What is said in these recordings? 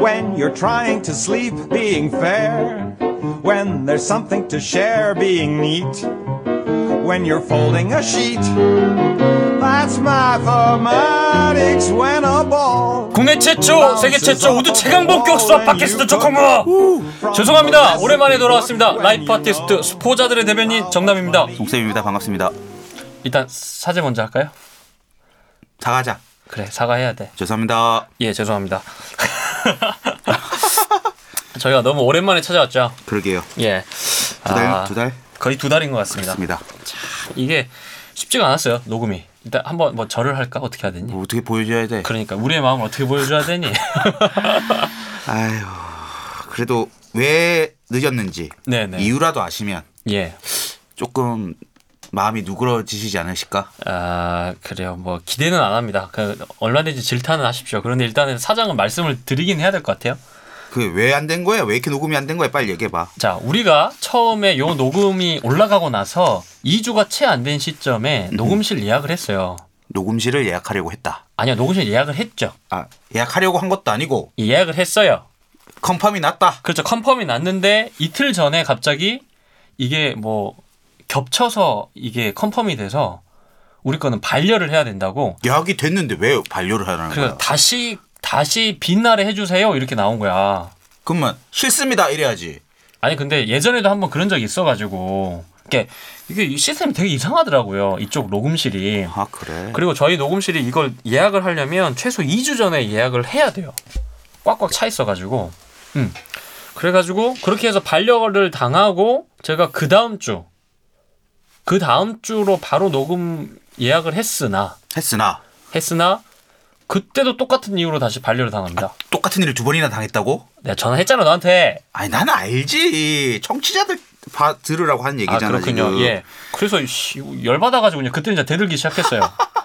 when you're trying to sleep, being fair. When there's something to share, being neat. When you're folding a sheet. That's mathematics when a ball. 국내 최초, 세계 최초 우주 최강본격 수업 팟캐스트 조콩어 죄송합니다. 오랜만에 돌아왔습니다. 라이프 아티스트 수포자들의 대변인 정남입니다. 동쌤입니다. 반갑습니다. 일단 사죄 먼저 할까요? 자가자. 그래 사과해야 돼. 죄송합니다. 예 죄송합니다. 저희가 너무 오랜만에 찾아왔죠. 그러게요. 예. 두 달, 두 달? 거의 두 달인 것 같습니다. 맞습니다. 이게 쉽지가 않았어요. 녹음이. 일단 한번 뭐 절을 할까 어떻게 해야 되니? 뭐 어떻게 보여줘야 돼? 그러니까 우리의 마음을 어떻게 보여줘야 되니? 아휴. 그래도 왜 늦었는지 네네. 이유라도 아시면 예. 조금 마음이 누그러지시지 않으실까? 아 그래요 뭐 기대는 안 합니다 그 얼마든지 질타는 하십시오 그런데 일단은 사장은 말씀을 드리긴 해야 될 것 같아요 그게 왜 안 된 거야? 왜 이렇게 녹음이 안 된 거야? 빨리 얘기해봐. 자 우리가 처음에 요 녹음이 올라가고 나서 2주가 채 안 된 시점에 녹음실 예약을 했어요 녹음실을 예약하려고 했다. 아니요 녹음실 예약을 했죠 아 예약하려고 한 것도 아니고 예약을 했어요 컨펌이 났다. 그렇죠 컨펌이 났는데 이틀 전에 갑자기 이게 뭐 겹쳐서 이게 컨펌이 돼서 우리 거는 반려를 해야 된다고 예약이 됐는데 왜 반려를 하라는 그래서 거야? 다시 다시 빛나래 해주세요 이렇게 나온 거야 그러면 싫습니다 이래야지. 아니 근데 예전에도 한번 그런 적이 있어가지고 이게 이게 시스템이 되게 이상하더라고요 이쪽 녹음실이 아 그래. 그리고 저희 녹음실이 이걸 예약을 하려면 최소 2주 전에 예약을 해야 돼요 꽉꽉 차 있어가지고 음 그래가지고 그렇게 해서 반려를 당하고 제가 그 다음 주 그 다음 주로 바로 녹음 예약을 했으나 했으나 했으나 그때도 똑같은 이유로 다시 반려를 당합니다 똑같은 일을 두 번이나 당했다고? 내가 전화했잖아 너한테 아니 나는 알지 청취자들 봐 들으라고 하는 얘기잖아 지금. 예. 그래서 이씨, 열받아가지고 그냥 그때 이제 대들기 시작했어요.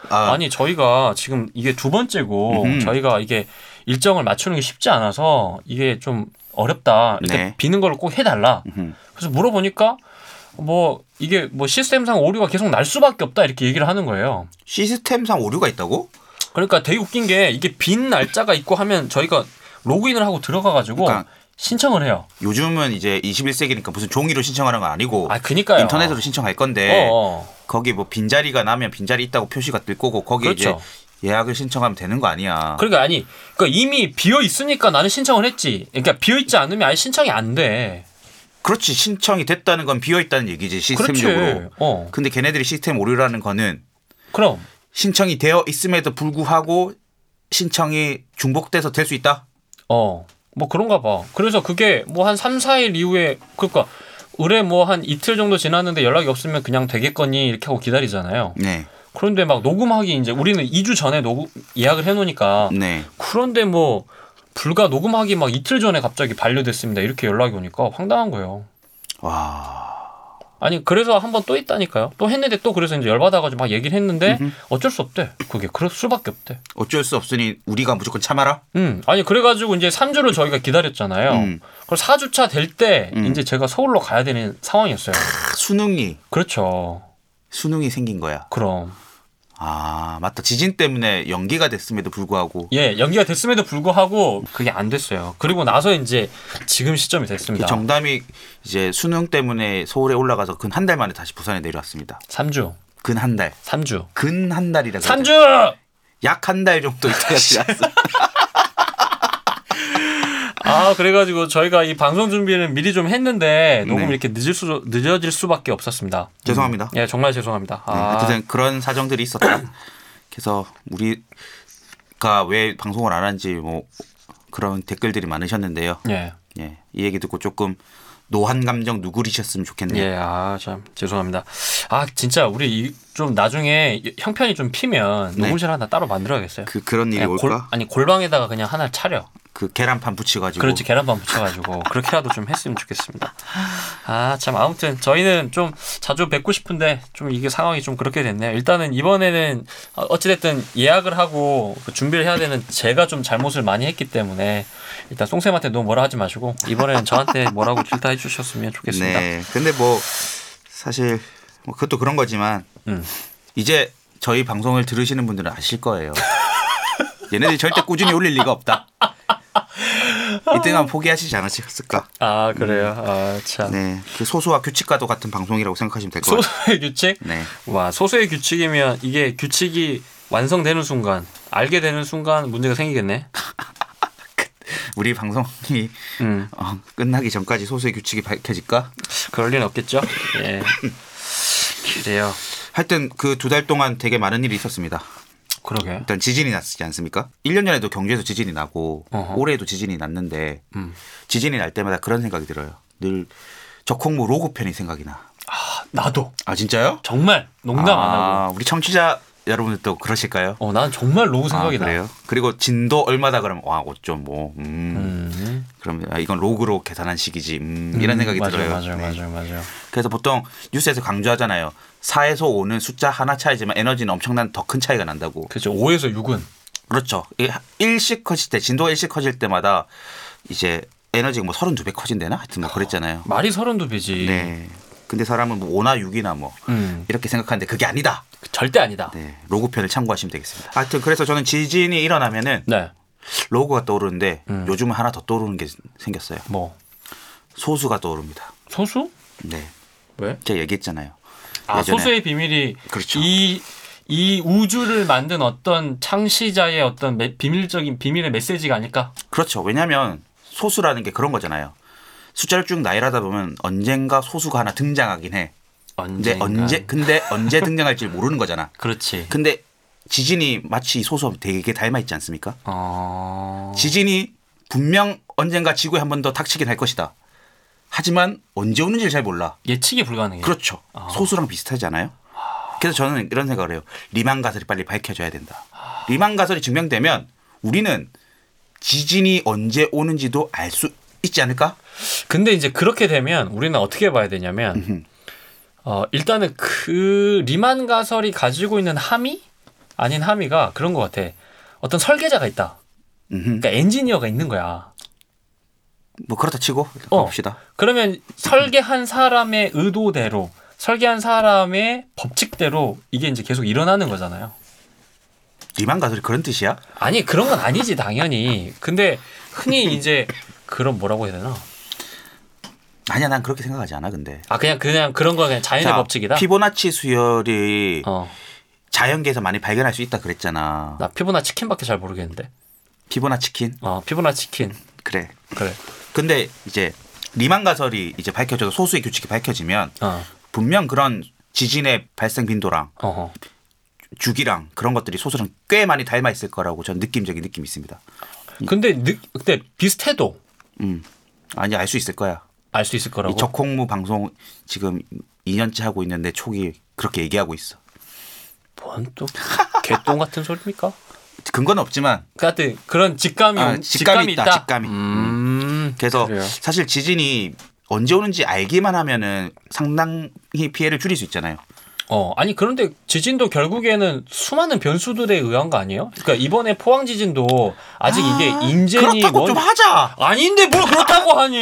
아. 아. 니 저희가 지금 이게 두 번째고 음흠. 저희가 이게 일정을 맞추는 게 쉽지 않아서 이게 좀 어렵다. 이렇게 네. 비는 걸 꼭 해달라. 음흠. 그래서 물어보니까 뭐 이게 뭐 시스템상 오류가 계속 날 수밖에 없다 이렇게 얘기를 하는 거예요. 시스템상 오류가 있다고? 그러니까 되게 웃긴 게 이게 빈 날짜가 있고 하면 저희가 로그인을 하고 들어가가지고 그러니까. 신청을 해요. 요즘은 이제 21세기니까 무슨 종이로 신청하는 건 아니고 아, 그니까요. 인터넷으로 신청할 건데 어, 어. 거기 뭐 빈자리가 나면 빈자리 있다고 표시가 뜰 거고 거기에 그렇죠. 이제 예약을 신청하면 되는 거 아니야. 그러니까 아니 그러니까 이미 비어 있으니까 나는 신청을 했지. 그러니까 비어 있지 않으면 아예 신청이 안 돼. 그렇지 신청이 됐다는 건 비어 있다는 얘기지 그렇지. 시스템적으로. 어. 근데 걔네들이 시스템 오류라는 거는 그럼 신청이 되어 있음에도 불구하고 신청이 중복돼서 될 수 있다. 어. 뭐 그런가 봐. 그래서 그게 뭐 한 3, 4일 이후에 그러니까 의뢰 뭐 한 이틀 정도 지났는데 연락이 없으면 그냥 되겠거니 이렇게 하고 기다리잖아요. 네, 그런데 막 녹음하기 이제 우리는 2주 전에 녹음 예약을 해 놓으니까 네. 그런데 뭐 불과 녹음하기 막 이틀 전에 갑자기 반려됐습니다. 이렇게 연락이 오니까 황당한 거예요. 와. 아니 그래서 한 번 또 있다니까요. 또 했는데 또 그래서 이제 열받아가지고 막 얘기를 했는데 어쩔 수 없대. 그게 그럴 수밖에 없대. 어쩔 수 없으니 우리가 무조건 참아라. 음 아니 그래가지고 이제 3주를 저희가 기다렸잖아요. 음. 그럼 4주차 될 때 음. 이제 제가 서울로 가야 되는 상황이었어요. 수능이 그렇죠. 수능이 생긴 거야. 그럼 아 맞다. 지진 때문에 연기가 됐음에도 불구하고 예 연기가 됐음에도 불구하고 그게 안 됐어요. 그리고 나서 이제 지금 시점이 이 됐습니다. 그 정담이 이제 수능 때문에 서울에 올라가서 근 한 달 만에 다시 부산에 내려왔습니다. 3주, 근 한 달. 3주, 근 한 달이라. 3주. 약한 달 정도 있다가 지났어. 아 그래가지고 저희가 이 방송 준비는 미리 좀 했는데 녹음 네. 이렇게 늦을 수 늦어질 수밖에 없었습니다. 죄송합니다. 예 정말 죄송합니다. 네, 아, 하여튼 그런 사정들이 있었다. 그래서 우리가 왜 방송을 안 하는지 뭐 그런 댓글들이 많으셨는데요. 예. 예, 이 얘기 듣고 조금 노한 감정 누구리셨으면 좋겠네요. 예, 아, 참, 죄송합니다. 아, 진짜, 우리 이- 좀 나중에 형편이 좀 피면 네. 녹음실 하나 따로 만들어야겠어요. 그 그런 일이 그냥 올까? 골- 아니, 골방에다가 그냥 하나 차려. 그 계란판 붙여가지고. 그렇지, 계란밥 붙여가지고. 그렇게라도 좀 했으면 좋겠습니다. 아, 참, 아무튼, 저희는 좀 자주 뵙고 싶은데, 좀 이게 상황이 좀 그렇게 됐네요. 일단은 이번에는, 어, 어찌됐든 예약을 하고 그 준비를 해야 되는 제가 좀 잘못을 많이 했기 때문에, 일단 송쌤한테 너무 뭐라 하지 마시고, 이번에는 저한테 뭐라고 질타해 주셨으면 좋겠습니다. 네. 근데 뭐 사실 뭐 그것도 그런 거지만 음. 이제 저희 방송을 들으시는 분들은 아실 거예요. 얘네들이 절대 꾸준히 올릴 리가 없다. 이때만 포기하시지 않으셨을까? 아 그래요. 아 참. 네, 그 소수와 규칙과도 같은 방송이라고 생각하시면 될 것 같아요. 소수의 규칙? 네. 와 소수의 규칙이면 이게 규칙이 완성되는 순간 알게 되는 순간 문제가 생기겠네. 우리 방송이 음 어, 끝나기 전까지 소수의 규칙이 밝혀질까? 그럴 리는 없겠죠. 예. 그래요. 하여튼 그 두 달 동안 되게 많은 일이 있었습니다. 그러게. 일단 지진이 났지 않습니까? 1년 전에도 경주에서 지진이 나고 어허. 올해도 지진이 났는데 음. 지진이 날 때마다 그런 생각이 들어요. 늘 적홍무 로고편이 생각이 나. 나도 아 진짜요? 정말 농담 안 하고. 아, 우리 청취자 여러분들도 그러실까요? 어, 난 정말 로우 생각이 아, 그래요? 나. 그리고 진도 얼마다 그러면 와, 5.5. 음. 음. 그럼 아, 이건 로그로 계산한 식이지. 음, 이런 생각이 맞아요, 들어요. 맞아요, 네. 맞아요, 맞아요. 그래서 보통 뉴스에서 강조하잖아요. 4에서 5는 숫자 하나 차이지만 에너지는 엄청난 더 큰 차이가 난다고. 그죠. 5에서 6은 그렇죠. 1씩 커질 때 진도가 1씩 커질 때마다 이제 에너지가 뭐 32배 커진대나 하여튼 뭐 그랬잖아요. 말이 32배지. 네. 근데 사람은 뭐 5나 6이나 뭐 음. 이렇게 생각하는데 그게 아니다. 절대 아니다. 네. 네. 로고편을 참고하시면 되겠습니다. 하여튼 그래서 저는 지진이 일어나면은 네. 음. 로고가 떠오르는데 요즘은 하나 더 떠오르는 게 생겼어요. 뭐 소수가 떠오릅니다. 소수? 네. 왜? 제가 얘기했잖아요. 아 예전에. 소수의 비밀이 그렇죠. 이, 이 우주를 만든 어떤 창시자의 어떤 메- 비밀적인 비밀의 메시지가 아닐까? 그렇죠. 왜냐하면 소수라는 게 그런 거잖아요. 숫자를 쭉 나열하다 보면 언젠가 소수가 하나 등장하긴 해. 근데 언제 언제 근데 언제 등장할지 모르는 거잖아. 그렇지. 근데 지진이 마치 이 소수하고 되게 닮아 있지 않습니까? 어. 지진이 분명 언젠가 지구에 한 번 더 닥치긴 할 것이다. 하지만 언제 오는지를 잘 몰라. 예측이 아. 불가능해. 그렇죠. 소수랑 비슷하지 않아요? 그래서 저는 이런 생각을 해요. 리만 가설이 빨리 밝혀져야 된다. 아. 리만 가설이 증명되면 우리는 지진이 언제 오는지도 알 수 있지 않을까? 근데 이제 그렇게 되면 우리는 어떻게 봐야 되냐면 어, 일단은 그 리만 가설이 가지고 있는 함의 아닌 함의가 그런 것 같아. 어떤 설계자가 있다. 음흠. 그러니까 엔지니어가 있는 거야. 뭐 그렇다 치고 어. 봅시다. 그러면 설계한 사람의 의도대로 설계한 사람의 법칙대로 이게 이제 계속 일어나는 거잖아요. 리만 가설이 그런 뜻이야? 아니 그런 건 아니지 당연히. 근데 흔히 이제 그런 뭐라고 해야 되나? 아니야, 난 그렇게 생각하지 않아. 근데 아 그냥 그냥 그런 거 그냥 자연의 자, 법칙이다. 피보나치 수열이 어, 자연계에서 많이 발견할 수 있다 그랬잖아. 나 피부나 치킨밖에 잘 모르겠는데. 피보나 치킨 어, 피부나 치킨 그래. 그래. 근데 이제 리만 가설이 이제 밝혀져서 소수의 규칙이 밝혀지면 어, 분명 그런 지진의 발생 빈도랑 어, 주기랑 그런 것들이 소수랑 꽤 많이 닮아 있을 거라고 저는 느낌적인 느낌이 있습니다. 근데 느, 근데 비슷해도 음, 아니 알 수 있을 거야. 알 수 있을 거라고. 이 적홍무 방송 지금 2년째 하고 있는데 초기 그렇게 얘기하고 있어. 뭔또 개똥 같은 소리입니까? 근거는 없지만 하여튼 그런 직감이 아, 온- 직감이 있다, 직감이. 음, 그래서 그래요. 사실 지진이 언제 오는지 알기만 하면은 상당히 피해를 줄일 수 있잖아요. 어, 아니 그런데 지진도 결국에는 수많은 변수들에 의한 거 아니에요? 그러니까 이번에 포항 지진도 아직 이게 인젠이 그렇다고 좀 하자. 아닌데 뭘 그렇다고 하니?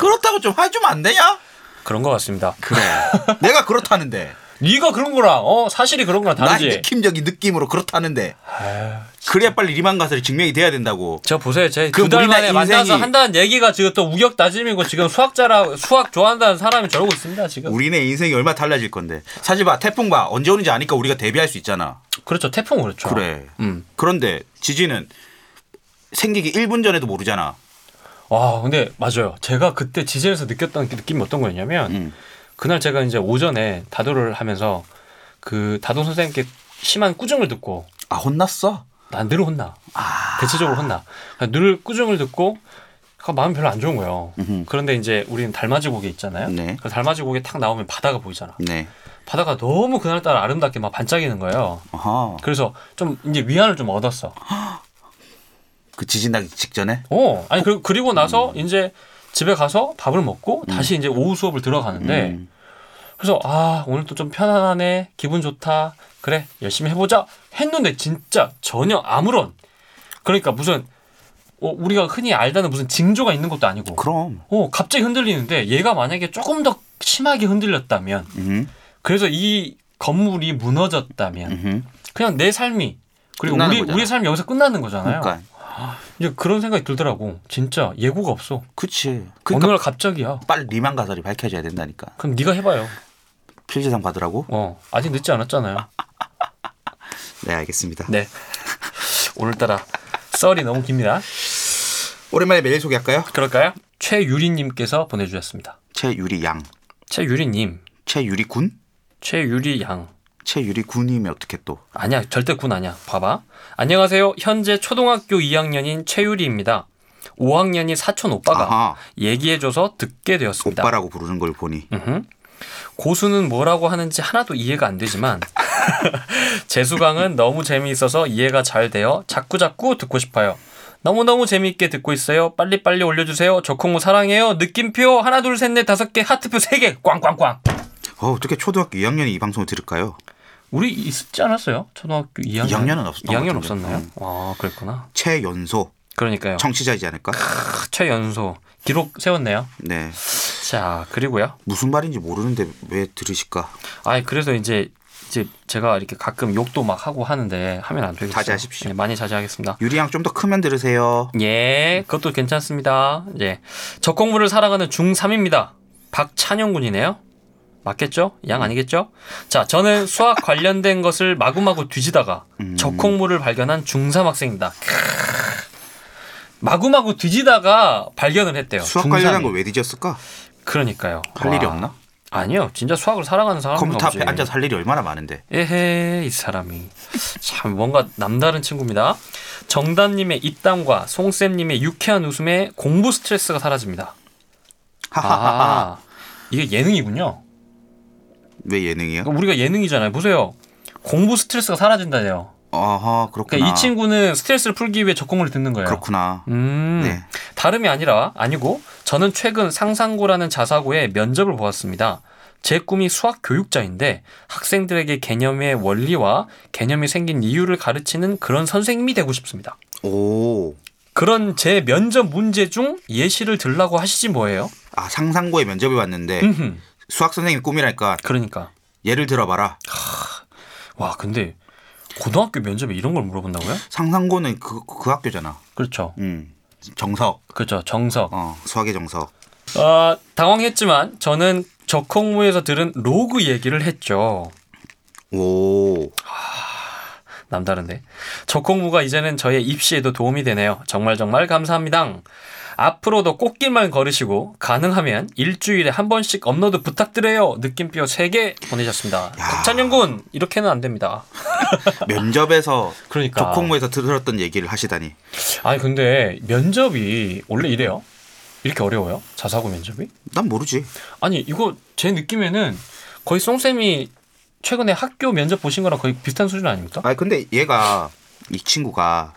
그렇다고 좀 해주면 안 되냐? 그런 것 같습니다. 그래. 내가 그렇다는데. 네가 그런 거랑 어 사실이 그런 거랑 나의 다르지. 느낌적인 느낌으로 그렇다는데. 그래야 빨리 리만 가설이 증명이 돼야 된다고. 저 보세요, 제 그 두 달 우리나 만에 만나서 인생이- 한다는 얘기가 지금 또 우격 다짐이고 지금 수학자라 수학 좋아한다는 사람이 저러고 있습니다 지금. 우리네 인생이 얼마 나 달라질 건데. 사실 봐 태풍 봐 언제 오는지 아니까 우리가 대비할 수 있잖아. 그렇죠, 태풍 그렇죠. 그래. 음. 그런데 지진은 생기기 1분 전에도 모르잖아. 와, 근데 맞아요. 제가 그때 지진에서 느꼈던 그 느낌이 어떤 거였냐면 음. 그날 제가 이제 오전에 다도를 하면서 그 다도 선생님께 심한 꾸중을 듣고 아 혼났어? 난 늘 혼나. 아. 대체적으로 혼나. 그러니까 늘 꾸중을 듣고 그 마음이 별로 안 좋은 거예요. 그런데 이제 우리는 달맞이곡이 있잖아요. 네. 그 달맞이곡에 탁 나오면 바다가 보이잖아. 네. 바다가 너무 그날따라 아름답게 막 반짝이는 거예요. 어허. 그래서 좀 이제 위안을 좀 얻었어. 그 지진 나기 직전에? 어, 아니 그, 그리고 나서 음. 이제 집에 가서 밥을 먹고 다시 이제 오후 수업을 들어가는데 음. 그래서 아 오늘 또 좀 편안하네 기분 좋다 그래 열심히 해보자 했는데 진짜 전혀 아무런 그러니까 무슨 어, 우리가 흔히 알다는 무슨 징조가 있는 것도 아니고 그럼. 어 갑자기 흔들리는데 얘가 만약에 조금 더 심하게 흔들렸다면 음. 그래서 이 건물이 무너졌다면 음. 그냥 내 삶이 그리고 끝나는 우리 거잖아. 우리 삶이 여기서 끝나는 거잖아요. 그러니까 이제 그런 생각이 들더라고. 진짜 예고가 없어. 그치. 어느 그러니까 날 갑자기야. 빨리 리만 가설이 밝혀져야 된다니까. 그럼 네가 해봐요. 필재상 받으라고? 어 아직 늦지 않았잖아요. 네, 알겠습니다. 네. 오늘따라 썰이 너무 깁니다. 오랜만에 메일 소개할까요? 그럴까요? 최유리님께서 보내주셨습니다. 최유리 양. 최유리님, 최유리 군? 최유리 양. 최유리 군이면 어떻게 또? 아니야, 절대 군 아니야. 봐봐. 안녕하세요. 현재 초등학교 2학년인 최유리입니다. 5학년이 사촌 오빠가 아하. 얘기해줘서 듣게 되었습니다. 오빠라고 부르는 걸 보니. 음흠. 고수는 뭐라고 하는지 하나도 이해가 안 되지만 재수강은 너무 재미있어서 이해가 잘 되어 자꾸자꾸 듣고 싶어요. 너무너무 재미있게 듣고 있어요. 빨리빨리 올려주세요. 조콩우 사랑해요. 느낌표 하나 둘 셋 넷 다섯 개 하트표 세 개 꽝꽝꽝. 어, 어떻게 초등학교 2학년이 이 방송을 들을까요? 우리 있지 않았어요? 초등학교 2학년? 2학년은 없었던 것 2학년 같은데. 없었나요? 아 그랬구나. 최연소 그러니까요. 청취자이지 않을까? 최연소 기록 세웠네요. 네. 자 그리고요. 무슨 말인지 모르는데 왜 들으실까? 아니 그래서 이제 이제 제가 이렇게 가끔 욕도 막 하고 하는데 하면 안 되겠어요. 자제하십시오. 네, 많이 자제하겠습니다. 유리 양 좀 더 크면 들으세요. 예, 그것도 괜찮습니다. 예. 적공부를 사랑하는 중3입니다. 박찬영 군이네요. 맞겠죠? 음. 양 아니겠죠? 자, 저는 수학 관련된 것을 마구마구 뒤지다가 음. 적콩물을 발견한 중3 학생입니다. 크으. 마구마구 뒤지다가 발견을 했대요. 수학 중3이. 관련한 걸 왜 뒤졌을까? 그러니까요. 할 일이 없나? 아니요. 진짜 수학을 사랑하는 사람은 컴퓨터 없지. 앞에 앉아서 할 일이 얼마나 많은데. 에헤 이 사람이 참 뭔가 남다른 친구입니다. 정단님의 입담과 송쌤님의 유쾌한 웃음에 공부 스트레스가 사라집니다. 하하하하. 아 이게 예능이군요. 왜 예능이야? 그러니까 우리가 예능이잖아요. 보세요. 공부 스트레스가 사라진다네요. 아하 그렇구나. 그러니까 이 친구는 스트레스를 풀기 위해 적공을 듣는 거예요. 그렇구나. 음, 네. 다름이 아니라 아니고 저는 최근 상상고라는 자사고에 면접을 보았습니다. 제 꿈이 수학 교육자인데 학생들에게 개념의 원리와 개념이 생긴 이유를 가르치는 그런 선생님이 되고 싶습니다. 오. 그런 제 면접 문제 중 예시를 들라고 하시지 뭐예요? 아 상상고에 면접이 왔는데 음흠. 수학 선생님 꿈이라니까 그러니까 예를 들어봐라. 와 근데 고등학교 면접에 이런 걸 물어본다고요? 상상고는 그, 그 학교잖아. 그렇죠. 음. 정석. 그렇죠. 정석. 어 수학의 정석. 어, 당황했지만 저는 적콩무에서 들은 로그 얘기를 했죠. 오. 남다른데. 적공부가 이제는 저의 입시에도 도움이 되네요. 정말 정말 감사합니다. 앞으로도 꽃길만 걸으시고 가능하면 일주일에 한 번씩 업로드 부탁드려요. 느낌표 3개 보내셨습니다. 박찬영 군 이렇게는 안 됩니다. 면접에서 그러니까. 조콩무에서 들었던 얘기를 하시다니. 아니 근데 면접이 원래 이래요? 이렇게 어려워요? 자사고 면접이? 난 모르지. 아니 이거 제 느낌에는 거의 송쌤이 최근에 학교 면접 보신 거랑 거의 비슷한 수준 아닙니까? 아 근데 얘가 이 친구가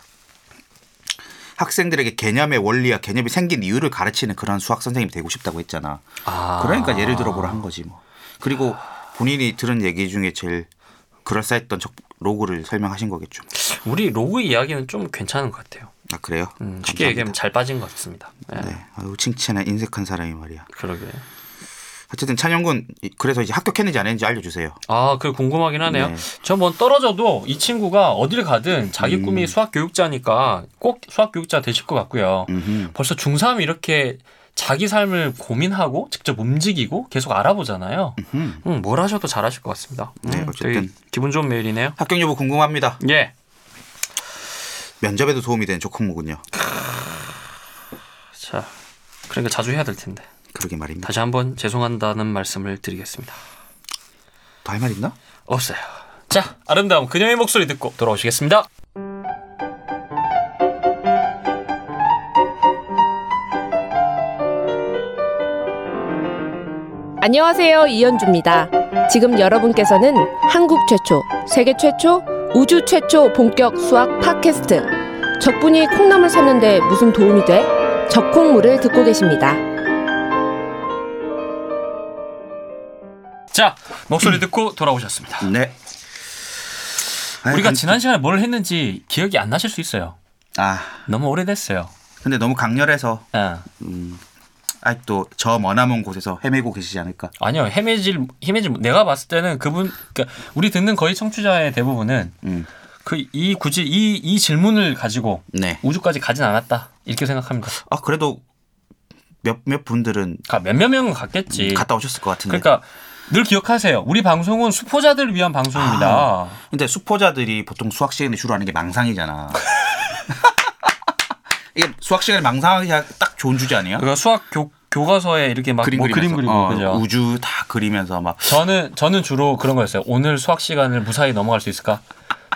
학생들에게 개념의 원리와 개념이 생긴 이유를 가르치는 그런 수학 선생님이 되고 싶다고 했잖아. 아. 그러니까 예를 들어보라 한 거지 뭐. 그리고 본인이 들은 얘기 중에 제일 그럴싸했던 적 로그를 설명하신 거겠죠. 우리 로그 이야기는 좀 괜찮은 것 같아요. 아 그래요? 음, 쉽게 얘기하면 잘 빠진 것 같습니다. 예, 네. 아유 칭찬해 인색한 사람이 말이야. 그러게. 어쨌든 찬영군 이- 그래서 이제 합격했는지 안 했는지 알려주세요. 아, 그 궁금하긴 하네요. 네. 저뭐 떨어져도 이 친구가 어딜 가든 자기 음. 꿈이 수학 교육자니까 꼭 수학 교육자 되실 것 같고요. 음흠. 벌써 중3 이렇게 자기 삶을 고민하고 직접 움직이고 계속 알아보잖아요. 음. 음, 뭘 하셔도 잘하실 것 같습니다. 음, 네, 어쨌든. 되게 기분 좋은 메일이네요. 합격 여부 궁금합니다. 예. 면접에도 도움이 되는 조콩무군요. 자, 그러니까 자주 해야 될 텐데. 그러게 말입니다. 다시 한번 죄송한다는 말씀을 드리겠습니다. 더 할 말 있나? 없어요. 자, 아름다운 그녀의 목소리 듣고 돌아오시겠습니다. 안녕하세요. 이현주입니다. 지금 여러분께서는 한국 최초, 세계 최초, 우주 최초 본격 수학 팟캐스트. 적분이 콩나물 샀는데 무슨 도움이 돼? 적콩물을 듣고 계십니다. 자, 목소리 듣고 돌아오셨습니다. 네. 아이, 우리가 근- 지난 시간에 뭘 했는지 기억이 안 나실 수 있어요. 아 너무 오래됐어요. 근데 너무 강렬해서 예. 아직도 저 머나먼 곳에서 헤매고 계시지 않을까. 아니요 헤매질 헤매질 못- 내가 봤을 때는 그분 그러니까 우리 듣는 거의 청취자의 대부분은 음. 그 이 굳이 이 이 질문을 가지고 네. 우주까지 가진 않았다 이렇게 생각합니다. 아 그래도 몇몇 분들은 그러니까 몇몇 명은 갔겠지. 음, 갔다 오셨을 것 같은데. 예. 그러니까 늘 기억하세요. 우리 방송은 수포자들을 위한 방송입니다. 근데 수포자들이 보통 수학 시간에 주로 하는 게 망상이잖아. 이게 수학 시간에 망상하기가 딱 좋은 주제 아니야? 그러니까 수학 교, 교과서에 이렇게 막 뭐 그림 그리면서. 그리고 어, 그죠. 우주 다 그리면서 막 저는 저는 주로 그런 거였어요. 오늘 수학 시간을 무사히 넘어갈 수 있을까?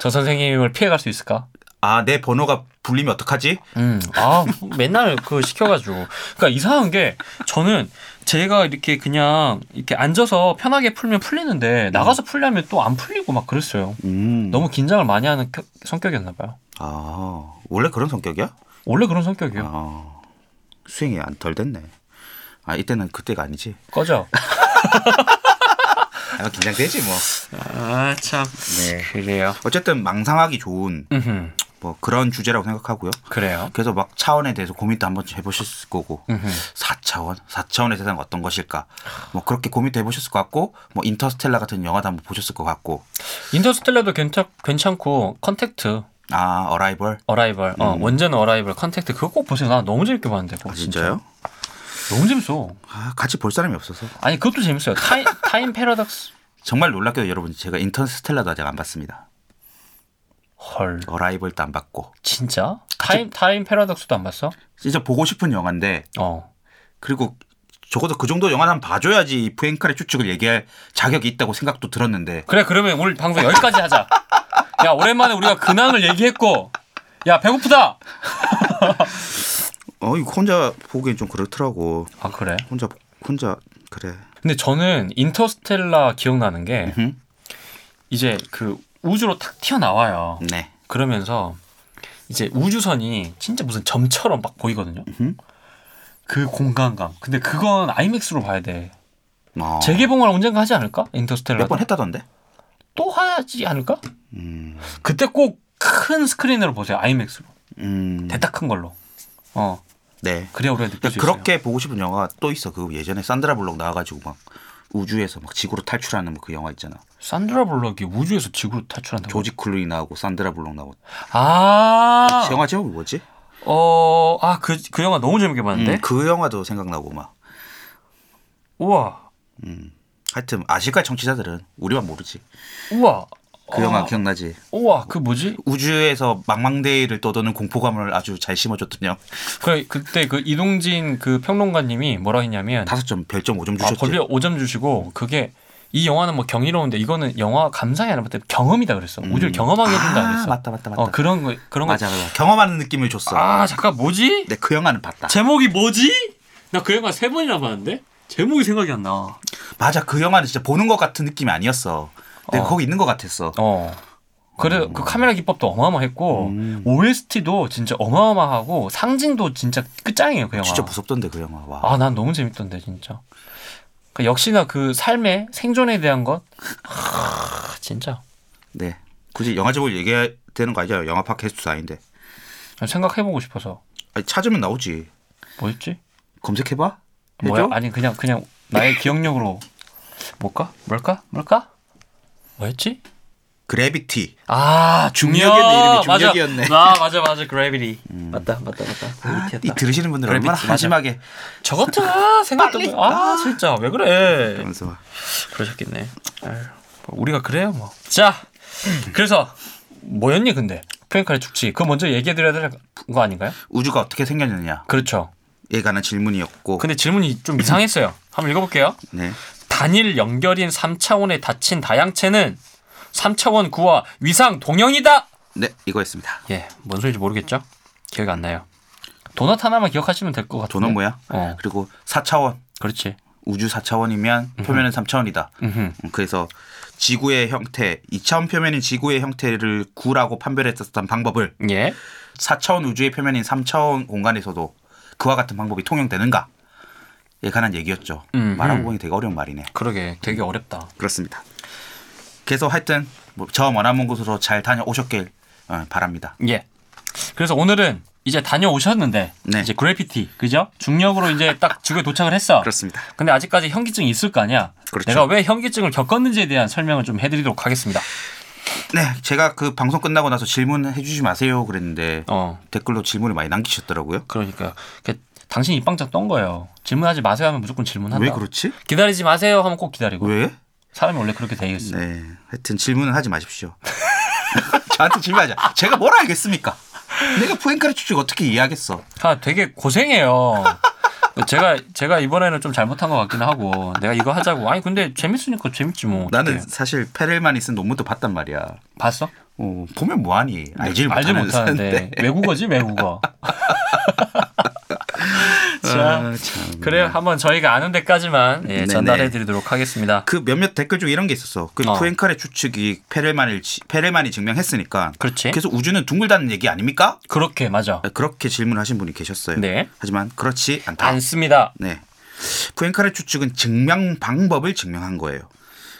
저 선생님을 피해갈 수 있을까? 아 내 번호가 불리면 어떡하지? 음, 아 맨날 그 시켜가지고. 그러니까 이상한 게 저는 제가 이렇게 그냥 이렇게 앉아서 편하게 풀면 풀리는데 나가서 풀려면 또 안 풀리고 막 그랬어요. 음. 너무 긴장을 많이 하는 켜- 성격이었나 봐요. 아 원래 그런 성격이야? 원래 그런 성격이에요. 아 수행이 안 덜 됐네. 아 이때는 그때가 아니지. 꺼져. 아, 긴장되지 뭐. 아 참. 네. 그래요. 어쨌든 망상하기 좋은 음흠, 뭐 그런 주제라고 생각하고요. 그래요. 그래서 막 차원에 대해서 고민도 한번 해보셨을 거고 음흠. 4차원, 4차원의 세상 어떤 것일까 뭐 그렇게 고민도 해보셨을 것 같고 뭐 인터스텔라 같은 영화도 한번 보셨을 것 같고 인터스텔라도 괜찮 괜찮고 컨택트 아 어라이벌 어라이벌 어 원전 어라이벌 컨택트 그거 꼭 보세요. 나 너무 재밌게 봤는데 그거 너무 재밌어. 아, 같이 볼 사람이 없어서 아니 그것도 재밌어요. 타임 타임 패러독스 정말 놀랍게도 여러분 제가 인터스텔라도 아직 안 봤습니다. 헐. 어라이벌도 안 봤고 진짜? 타임 타임 패러독스도 안 봤어? 진짜 보고 싶은 영화인데 어. 그리고 적어도 그 정도 영화는 한번 봐줘야지 이 부행칼의 추측을 얘기할 자격이 있다고 생각도 들었는데 그래 그러면 오늘 방송 여기까지 하자. 야 오랜만에 우리가 근황을 얘기했고 야 배고프다. 어 이거 혼자 보기엔 좀 그렇더라고 아 그래? 혼자 혼자 그래 근데 저는 인터스텔라 기억나는 게 음흠. 이제 그 우주로 탁 튀어나와요. 네 그러면서 이제 우주선이 진짜 무슨 점처럼 막 보이거든요. 음흠. 그 공간감. 근데 그건 아이맥스로 봐야 돼. 어. 재개봉을 언젠가 하지 않을까? 인터스텔라 몇 번 했다던데 또 하지 않을까? 음, 그때 꼭 큰 스크린으로 보세요. 아이맥스로. 음. 대딱 큰 걸로. 어. 네 그래야 오래 느낄 수 그러니까 있어요. 그렇게 보고 싶은 영화가 또 있어 그 예전에 산드라 블록 나와가지고 막 우주에서 막 지구로 탈출하는 그 영화 있잖아 산드라 블럭이 우주에서 지구로 탈출한다고. 조지 클루니 나오고 산드라 블록 나오고 아. 그 영화 제목이 뭐지 어, 아, 그, 그 영화 너무 재밌게 봤는데? 음, 그 영화도 생각나고 막 우와, 하여튼 아실 거야 청취자들은 우리만 모르지 우와. 어, 그 아. 영화 기억나지 우와, 그 뭐지? 우주에서 망망대해를 떠도는 공포감을 아주 잘 심어줬던 영 그래, 그때 그 이동진 그 평론가님이 뭐라 했냐면, 다섯 점 별점 5점 아, 주셨지 벌려 5점 주시고, 그게, 이 영화는 뭐 경이로운데 이거는 영화 감상이 아니라 그때 경험이다 그랬어. 우주를 경험하게 해준다 아, 그랬어. 맞다, 맞다, 맞다. 어, 그런 거, 그런 맞아 거. 맞아 경험하는 느낌을 줬어 아, 잠깐, 뭐지? 근데 그 영화는 봤다 제목이 뭐지? 나 그 영화 세 번이나 봤는데? 제목이 생각이 안 나. 맞아 그 영화는 진짜 보는 것 같은 느낌이 아니었어 내가 어. 거기 있는 것 같았어 어. 그래 그 음. 카메라 기법도 어마어마했고 OST도 진짜 어마어마하고 상징도 진짜 끝장이에요 그 영화. 진짜 무섭던데 그 영화 와 아 난 너무 재밌던데 진짜. 그 역시나 그 삶의 생존에 대한 것. 하, 진짜 네. 굳이 영화 제목을 얘기해야 되는 거 아니야? 영화 팟캐스트 아닌데. 생각해보고 싶어서 아니, 찾으면 나오지. 뭐였지? 검색해봐. 해줘? 뭐야? 아니 그냥 그냥 나의 기억력으로 뭘까? 뭘까? 뭘까? 뭐였지? 그래비티. 아 중력. 중력이었네, 이름이 맞아. 중력이었네. 아 맞아 맞아 그레비티. 맞다 맞다 맞다. 이 들으시는 분들 은 그래비티, 아, 얼마나 맞아. 네. 한심하게. 저 같은 아, 생각도 못- 아 진짜 왜 그래? 그러면서 그러셨겠네. 아유, 뭐 우리가 그래요 뭐. 자, 그래서 뭐였니 근데 프랭칼의 축지 그거 먼저 얘기해드려야 될 거 아닌가요? 우주가 어떻게 생겼느냐에 그렇죠. 관한 질문이었고. 근데 질문이 좀 이상했어요. 한번 읽어볼게요. 네. 단일 연결인 3차원에 닫힌 다양체는 3차원 구와 위상 동형이다. 네, 이거였습니다. 예, 뭔 소리인지 모르겠죠? 기억이 안 나요. 도넛 하나만 기억하시면 될 것 같아요. 도넛 뭐야? 어. 그리고 4차원. 그렇지. 우주 4차원이면 표면은 3차원이다. 음흠. 그래서 지구의 형태, 2차원 표면인 지구의 형태를 구라고 판별했었던 방법을 예. 4차원 우주의 표면인 3차원 공간에서도 그와 같은 방법이 통용되는가에 관한 얘기였죠. 음, 말하고 음. 보니 되게 어려운 말이네. 그러게 되게 어렵다. 그렇습니다. 그래서 하여튼 뭐, 저 원하는 곳으로 잘 다녀오셨길 어, 바랍니다. 예. 그래서 오늘은 이제 다녀오셨는데 네. 이제 그래피티 그죠? 중력으로 이제 딱 지구에 도착을 했어. 그렇습니다. 근데 아직까지 현기증이 있을 거 아니야. 그렇죠. 내가 왜 현기증을 겪었는지에 대한 설명을 좀 해드리도록 하겠습니다. 네, 제가 그 방송 끝나고 나서 질문해 주지 마세요 그랬는데 어. 댓글로 질문을 많이 남기셨더라고요. 그러니까 그 당신 입방장 떤 거예요. 질문하지 마세요 하면 무조건 질문한다. 왜 그렇지? 기다리지 마세요 하면 꼭 기다리고. 왜? 사람이 원래 그렇게 되어 있어. 네, 하여튼 질문은 하지 마십시오. 저한테 질문하자. 제가 뭘 알겠습니까? 내가 푸엔카르 추측 어떻게 이해하겠어? 아, 되게 고생해요. 제가 제가 이번에는 좀 잘못한 것 같기는 하고 내가 이거 하자고 아니 근데 재밌으니까 재밌지 뭐 나는 어떡해. 사실 페렐만이 쓴 논문도 봤단 말이야. 봤어 어, 보면 뭐하니? 알지 알지 못하는 못하는데 사람인데. 네. 외국어지 외국어 자 아, 참. 그래요 한번 저희가 아는 데까지만 예, 네네. 전달해 드리도록 하겠습니다 그 몇몇 댓글 중에 이런 게 있었어. 그 어. 푸엔카르 추측이 페렐만을 지- 페렐만이 증명했으니까. 그렇지. 그래서 우주는 둥글다는 얘기 아닙니까? 그렇게 맞아 그렇게 질문하신 분이 계셨어요. 네. 하지만 그렇지 않다. 안 씁니다 네. 푸엔카레 추측은 증명 방법을 증명한 거예요.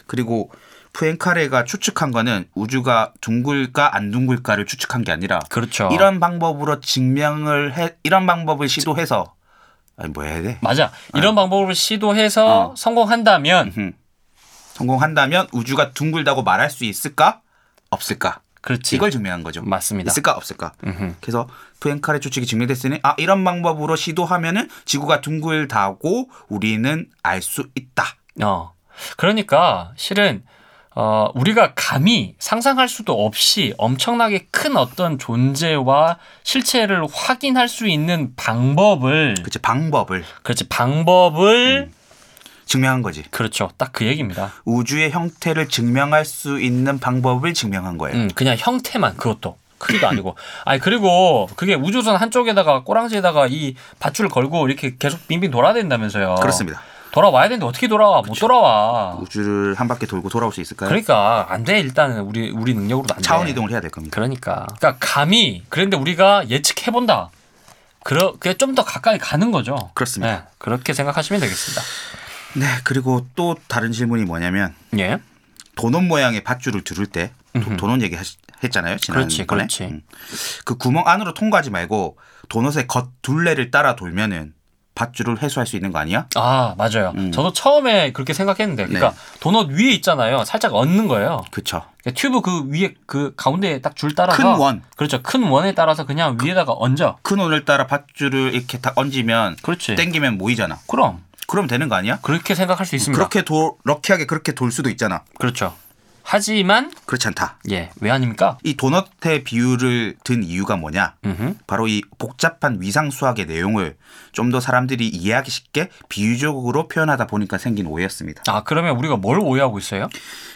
그리고 푸엔카레가 추측한 거는 우주가 둥글까 안 둥글까를 추측한 게 아니라 그렇죠 이런 방법으로 증명을 해 이런 방법을 시도해서 아니 뭐 해야 돼? 맞아 이런 방법을 시도해서 어. 성공한다면 성공한다면 우주가 둥글다고 말할 수 있을까? 없을까? 그렇지 이걸 증명한 거죠. 맞습니다. 있을까 없을까? 그래서 푸엔카레 추측이 증명됐으니 아 이런 방법으로 시도하면은 지구가 둥글다고 우리는 알 수 있다. 어. 그러니까 실은 어, 우리가 감히 상상할 수도 없이 엄청나게 큰 어떤 존재와 실체를 확인할 수 있는 방법을 그치 방법을 그렇지 음. 방법을 증명한 거지. 그렇죠 딱 그 얘기입니다. 우주의 형태를 증명할 수 있는 방법을 증명한 거예요. 음, 그냥 형태만 그것도 크기도 아니고 아니 그리고 그게 우주선 한쪽에다가 꼬랑지에다가 이 밧줄 걸고 이렇게 계속 빙빙 돌아야 된다면서요. 그렇습니다. 그렇죠. 돌아와야 되는데 어떻게 돌아와 못 돌아와. 우주를 한 바퀴 돌고 돌아올 수 있을까요? 네. 그러니까 네. 안 돼 일단은 우리 우리 능력으로도 안 돼. 차원 이동을 해야 될 겁니다. 그러니까. 그러니까 감히 그런데 우리가 예측해 본다. 그러 그게 좀 더 가까이 가는 거죠. 그렇습니다. 네, 그렇게 생각하시면 되겠습니다. 네, 그리고 또 다른 질문이 뭐냐면 예. 도넛 모양의 밧줄을 두를 때 도, 도넛 얘기 하시- 했잖아요. 지난번에. 그렇지, 그렇지. 그 구멍 안으로 통과하지 말고 도넛의 겉 둘레를 따라 돌면은 밧줄을 회수할 수 있는 거 아니야? 아 맞아요. 저도 처음에 그렇게 생각했는데, 그러니까 네. 도넛 위에 있잖아요. 살짝 얹는 거예요. 그쵸. 그러니까 튜브 그 위에 그 가운데 딱 줄 따라서 큰 원. 그렇죠. 큰 원에 따라서 그냥 위에다가 얹어. 큰 원을 따라 밧줄을 이렇게 다 얹으면 그렇지. 땡기면 모이잖아. 그럼 그럼 되는 거 아니야? 그렇게 생각할 수 있습니다. 그렇게 돌 럭키하게 그렇게 돌 수도 있잖아. 그렇죠. 하지만 그렇지 않다. 예 왜 아닙니까? 이 도넛의 비율을 든 이유가 뭐냐? 음흠. 바로 이 복잡한 위상 수학의 내용을 좀 더 사람들이 이해하기 쉽게 비유적으로 표현하다 보니까 생긴 오해였습니다. 아 그러면 우리가 뭘 오해하고 있어요?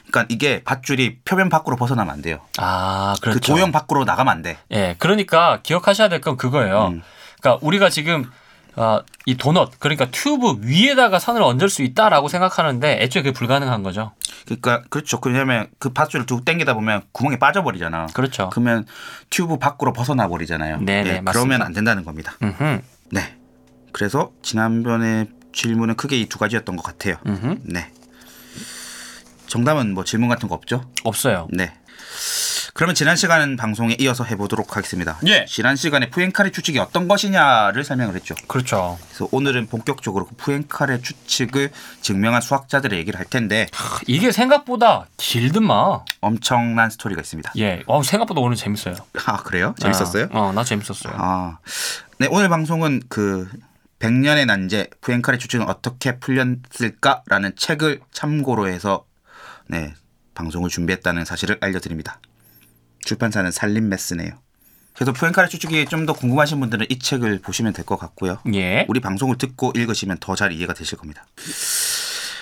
그러니까 이게 밧줄이 표면 밖으로 벗어나면 안 돼요. 아 그 그렇죠. 도형 밖으로 나가면 안 돼. 예, 그러니까 기억하셔야 될 건 그거예요. 음. 그러니까 우리가 지금 어, 이 도넛 그러니까 튜브 위에다가 선을 얹을 수 있다라고 생각하는데 애초에 그게 불가능한 거죠. 그러니까 그렇죠. 왜냐면 그 밧줄을 쭉 당기다 보면 구멍에 빠져버리잖아. 그렇죠. 그러면 튜브 밖으로 벗어나 버리잖아요. 네, 네, 그러면 맞습니다. 안 된다는 겁니다. 음흠, 네. 그래서 지난번에 질문은 크게 이 두 가지였던 것 같아요. 음흠. 네. 정답은 뭐 질문 같은 거 없죠? 없어요. 네. 그러면 지난 시간 방송에 이어서 해보도록 하겠습니다. 예. 지난 시간에 푸엔카레 추측이 어떤 것이냐를 설명을 했죠. 그렇죠. 그래서 오늘은 본격적으로 그 푸엔카레 추측을 증명한 수학자들의 얘기를 할 텐데 이게 생각보다 길든마. 엄청난 스토리가 있습니다. 예, 어, 생각보다 오늘 재밌어요. 아 그래요? 재밌었어요? 아, 어, 나 재밌었어요. 아, 네 오늘 방송은 그 100년의 난제 푸엔카레 추측은 어떻게 풀렸을까라는 책을 참고로 해서 네 방송을 준비했다는 사실을 알려드립니다. 출판사는 살림메스네요. 그래서 푸엔카레 추측이 좀 더 궁금하신 분들은 이 책을 보시면 될 것 같고요. 예. 우리 방송을 듣고 읽으시면 더 잘 이해가 되실 겁니다.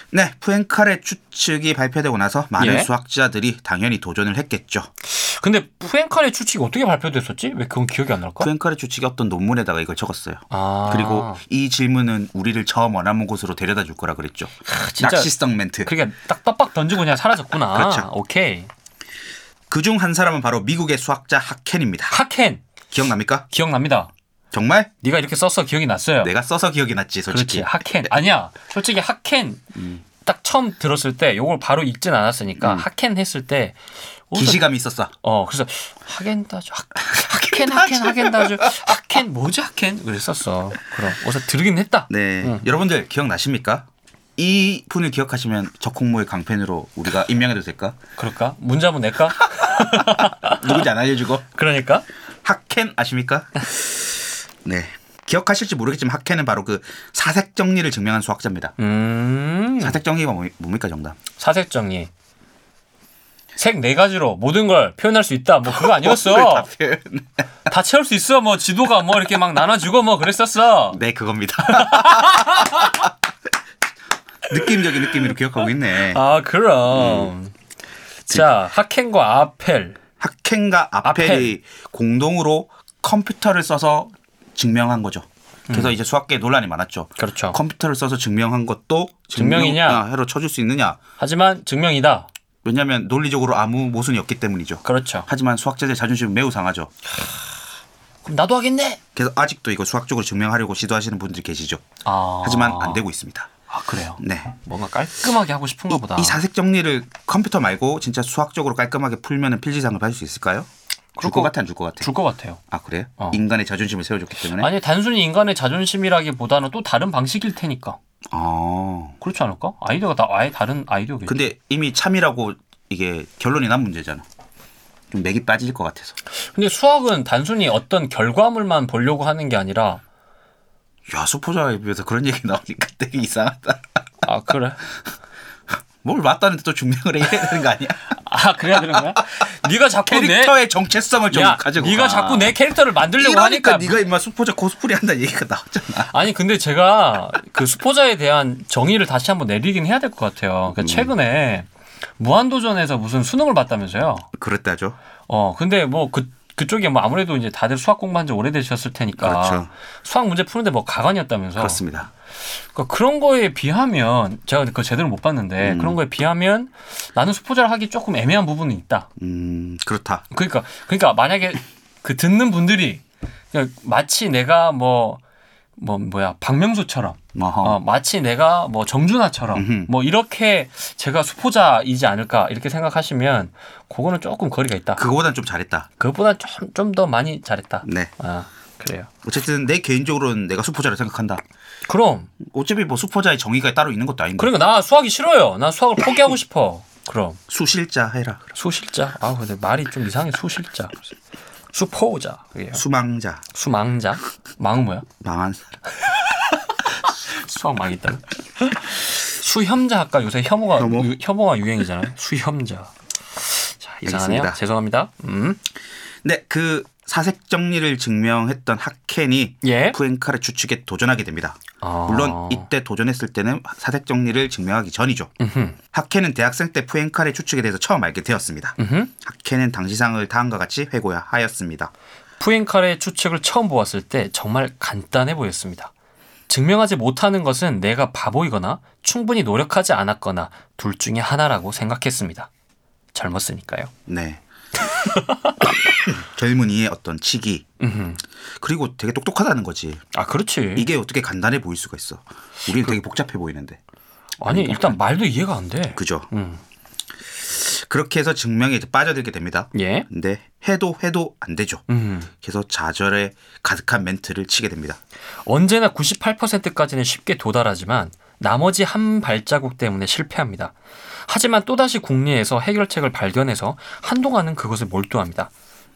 네, 푸엔카레 추측이 발표되고 나서 많은 예. 수학자들이 당연히 도전을 했겠죠. 근데 푸엔칼의 추측이 어떻게 발표됐었지? 왜 그건 기억이 안 날까? 푸엔카레 추측이 어떤 논문에다가 이걸 적었어요. 아. 그리고 이 질문은 우리를 저 머나먼 곳으로 데려다 줄 거라 그랬죠. 진짜- 낚시성 멘트. 그러니까 딱 빡빡 던지고 그냥 사라졌구나. 그렇죠. 오케이. 그 중 한 사람은 바로 미국의 수학자 하켄입니다. 하켄 기억납니까? 기억납니다. 정말? 네가 이렇게 써서 기억이 났어요. 내가 써서 기억이 났지, 네, 솔직히. 네. 그렇지 하켄 아니야 솔직히 하켄 딱 처음 들었을 때 요걸 바로 읽진 않았으니까 하켄 했을 때 어, 음. 기시감이 있었어. 어 그래서 하겐다즈 하- 하켄 하켄 하겐다즈 하켄 뭐지 하켄 그랬었어 그럼 어서 들으긴 했다 네. 여러분들 기억나십니까? 이 분을 기억하시면 적홍모의 강팬으로 우리가 임명해도 될까? 그럴까 문제 한번 낼까 누군지 안 알려주고 그러니까 학켄 아십니까? 네. 기억하실지 모르겠지만 학켄은 바로 그 사색 정리를 증명한 수학자입니다. 음 사색 정리가 뭐- 뭡니까 정답? 사색 정리 색 네 가지로 모든 걸 표현할 수 있다 뭐 그거 다 아니었어 표현. 다 채울 수 있어 뭐 지도가 뭐 이렇게 막 나눠주고 뭐 그랬었어 네 그겁니다. 느낌적인 느낌으로 기억하고 있네. 아 그럼 음. 자 학행과 아펠 학켄과 아펠이 공동으로 컴퓨터를 써서 증명한 거죠. 그래서 이제 수학계에 논란이 많았죠. 음. 그렇죠 컴퓨터를 써서 증명한 것도 증명이냐? 해로 쳐줄 수 있느냐? 하지만 증명이다 왜냐하면 논리적으로 아무 모순이 없기 때문이죠. 그렇죠 하지만 수학자들 자존심은 매우 상하죠. 그럼 나도 하겠네 그래서 아직도 이거 수학적으로 증명하려고 시도하시는 분들이 계시죠. 아 하지만 안 되고 있습니다. 아 그래요 네. 뭔가 깔끔하게 하고 싶은가 보다 이 사색 정리를 컴퓨터 말고 진짜 수학적으로 깔끔하게 풀면은 필지상을 받을 수 있을까요? 줄 거- 것 같아 안 줄 것 같아. 줄 것 같아요 아 그래요? 어. 인간의 자존심을 세워줬기 때문에. 아니 단순히 인간의 자존심이라기보다는 또 다른 방식일 테니까 아. 그렇지 않을까 아이디어가 다 아예 다른 아이디어겠죠 근데 이미 참이라고 이게 결론이 난 문제잖아. 좀 맥이 빠질 것 같아서. 근데 수학은 단순히 어떤 결과물만 보려고 하는 게 아니라 야 수포자에 비해서 그런 얘기 나오니까 되게 이상하다. 아 그래 뭘 맞다는데 또 증명을 해야 되는 거 아니야? 아 그래야 되는 거야? 네가 자꾸 내 캐릭터의 정체성을 좀 야, 가지고. 네가 가. 자꾸 내 캐릭터를 만들려고 이러니까 하니까 네가 임마 수포자 코스프레 한다는 얘기가 나왔잖아. 아니 근데 제가 그 수포자에 대한 정의를 다시 한번 내리긴 해야 될 것 같아요. 음. 그러니까 최근에 무한도전에서 무슨 수능을 봤다면서요? 그랬다죠. 어 근데 뭐 그 그쪽에 뭐 아무래도 이제 다들 수학 공부한 지 오래되셨을 테니까 그렇죠. 수학 문제 푸는데 뭐 가관이었다면서 그렇습니다. 그러니까 그런 거에 비하면 제가 그거 제대로 못 봤는데 음. 그런 거에 비하면 나는 수포자를 하기 조금 애매한 부분은 있다. 음 그렇다. 그러니까 그러니까 만약에 그 듣는 분들이 그냥 마치 내가 뭐 뭐 뭐야 박명수처럼 어허. 어, 마치 내가 뭐 정준하처럼 음흠. 뭐 이렇게 제가 수포자이지 않을까 이렇게 생각하시면 그거는 조금 거리가 있다. 그거보단 좀 잘했다. 그것보다 좀 좀 더 많이 잘했다. 네. 아 그래요. 어쨌든 내 개인적으로는 내가 수포자를 생각한다. 그럼 어차피 뭐 수포자의 정의가 따로 있는 것도 아닌데. 그러니까 나 수학이 싫어요. 나 수학을 포기하고 싶어. 그럼 수실자 해라. 그럼. 수실자. 아 근데 말이 좀 이상해. 수실자. 수포자. 그게요. 수망자 수망자. 망은 뭐야? 망한 사람. 수학 망이 있다. 수혐자 아까 요새 혐오가 혐오? 유, 혐오가 유행이잖아요. 수혐자. 자 이상하네요. 알겠습니다. 죄송합니다. 음. 네, 그 사색 정리를 증명했던 하켄이 예. 푸엔카르 추측에 도전하게 됩니다. 아. 물론 이때 도전했을 때는 사색 정리를 증명하기 전이죠. 음흠. 하켄은 대학생 때 푸엔카르 추측에 대해서 처음 알게 되었습니다. 음흠. 하켄은 당시상을 다음과 같이 회고하였습니다. 푸엔카레의 추측을 처음 보았을 때 정말 간단해 보였습니다. 증명하지 못하는 것은 내가 바보이거나 충분히 노력하지 않았거나 둘 중에 하나라고 생각했습니다. 젊었으니까요. 네. 젊은이의 어떤 치기 음흠. 그리고 되게 똑똑하다는 거지. 아 그렇지. 이게 어떻게 간단해 보일 수가 있어. 우리는 그 되게 복잡해 보이는데. 아니 일단 말도 이해가 안 돼. 그죠? 음. 그렇게 해서 증명에 이제 빠져들게 됩니다. 예. 근데 해도 해도 안 되죠. 음. 그래서 좌절에 가득한 멘트를 치게 됩니다. 언제나 98%까지는 쉽게 도달하지만 나머지 한 발자국 때문에 실패합니다. 하지만 또다시 궁리에서 해결책을 발견해서 한동안은 그것을 몰두합니다.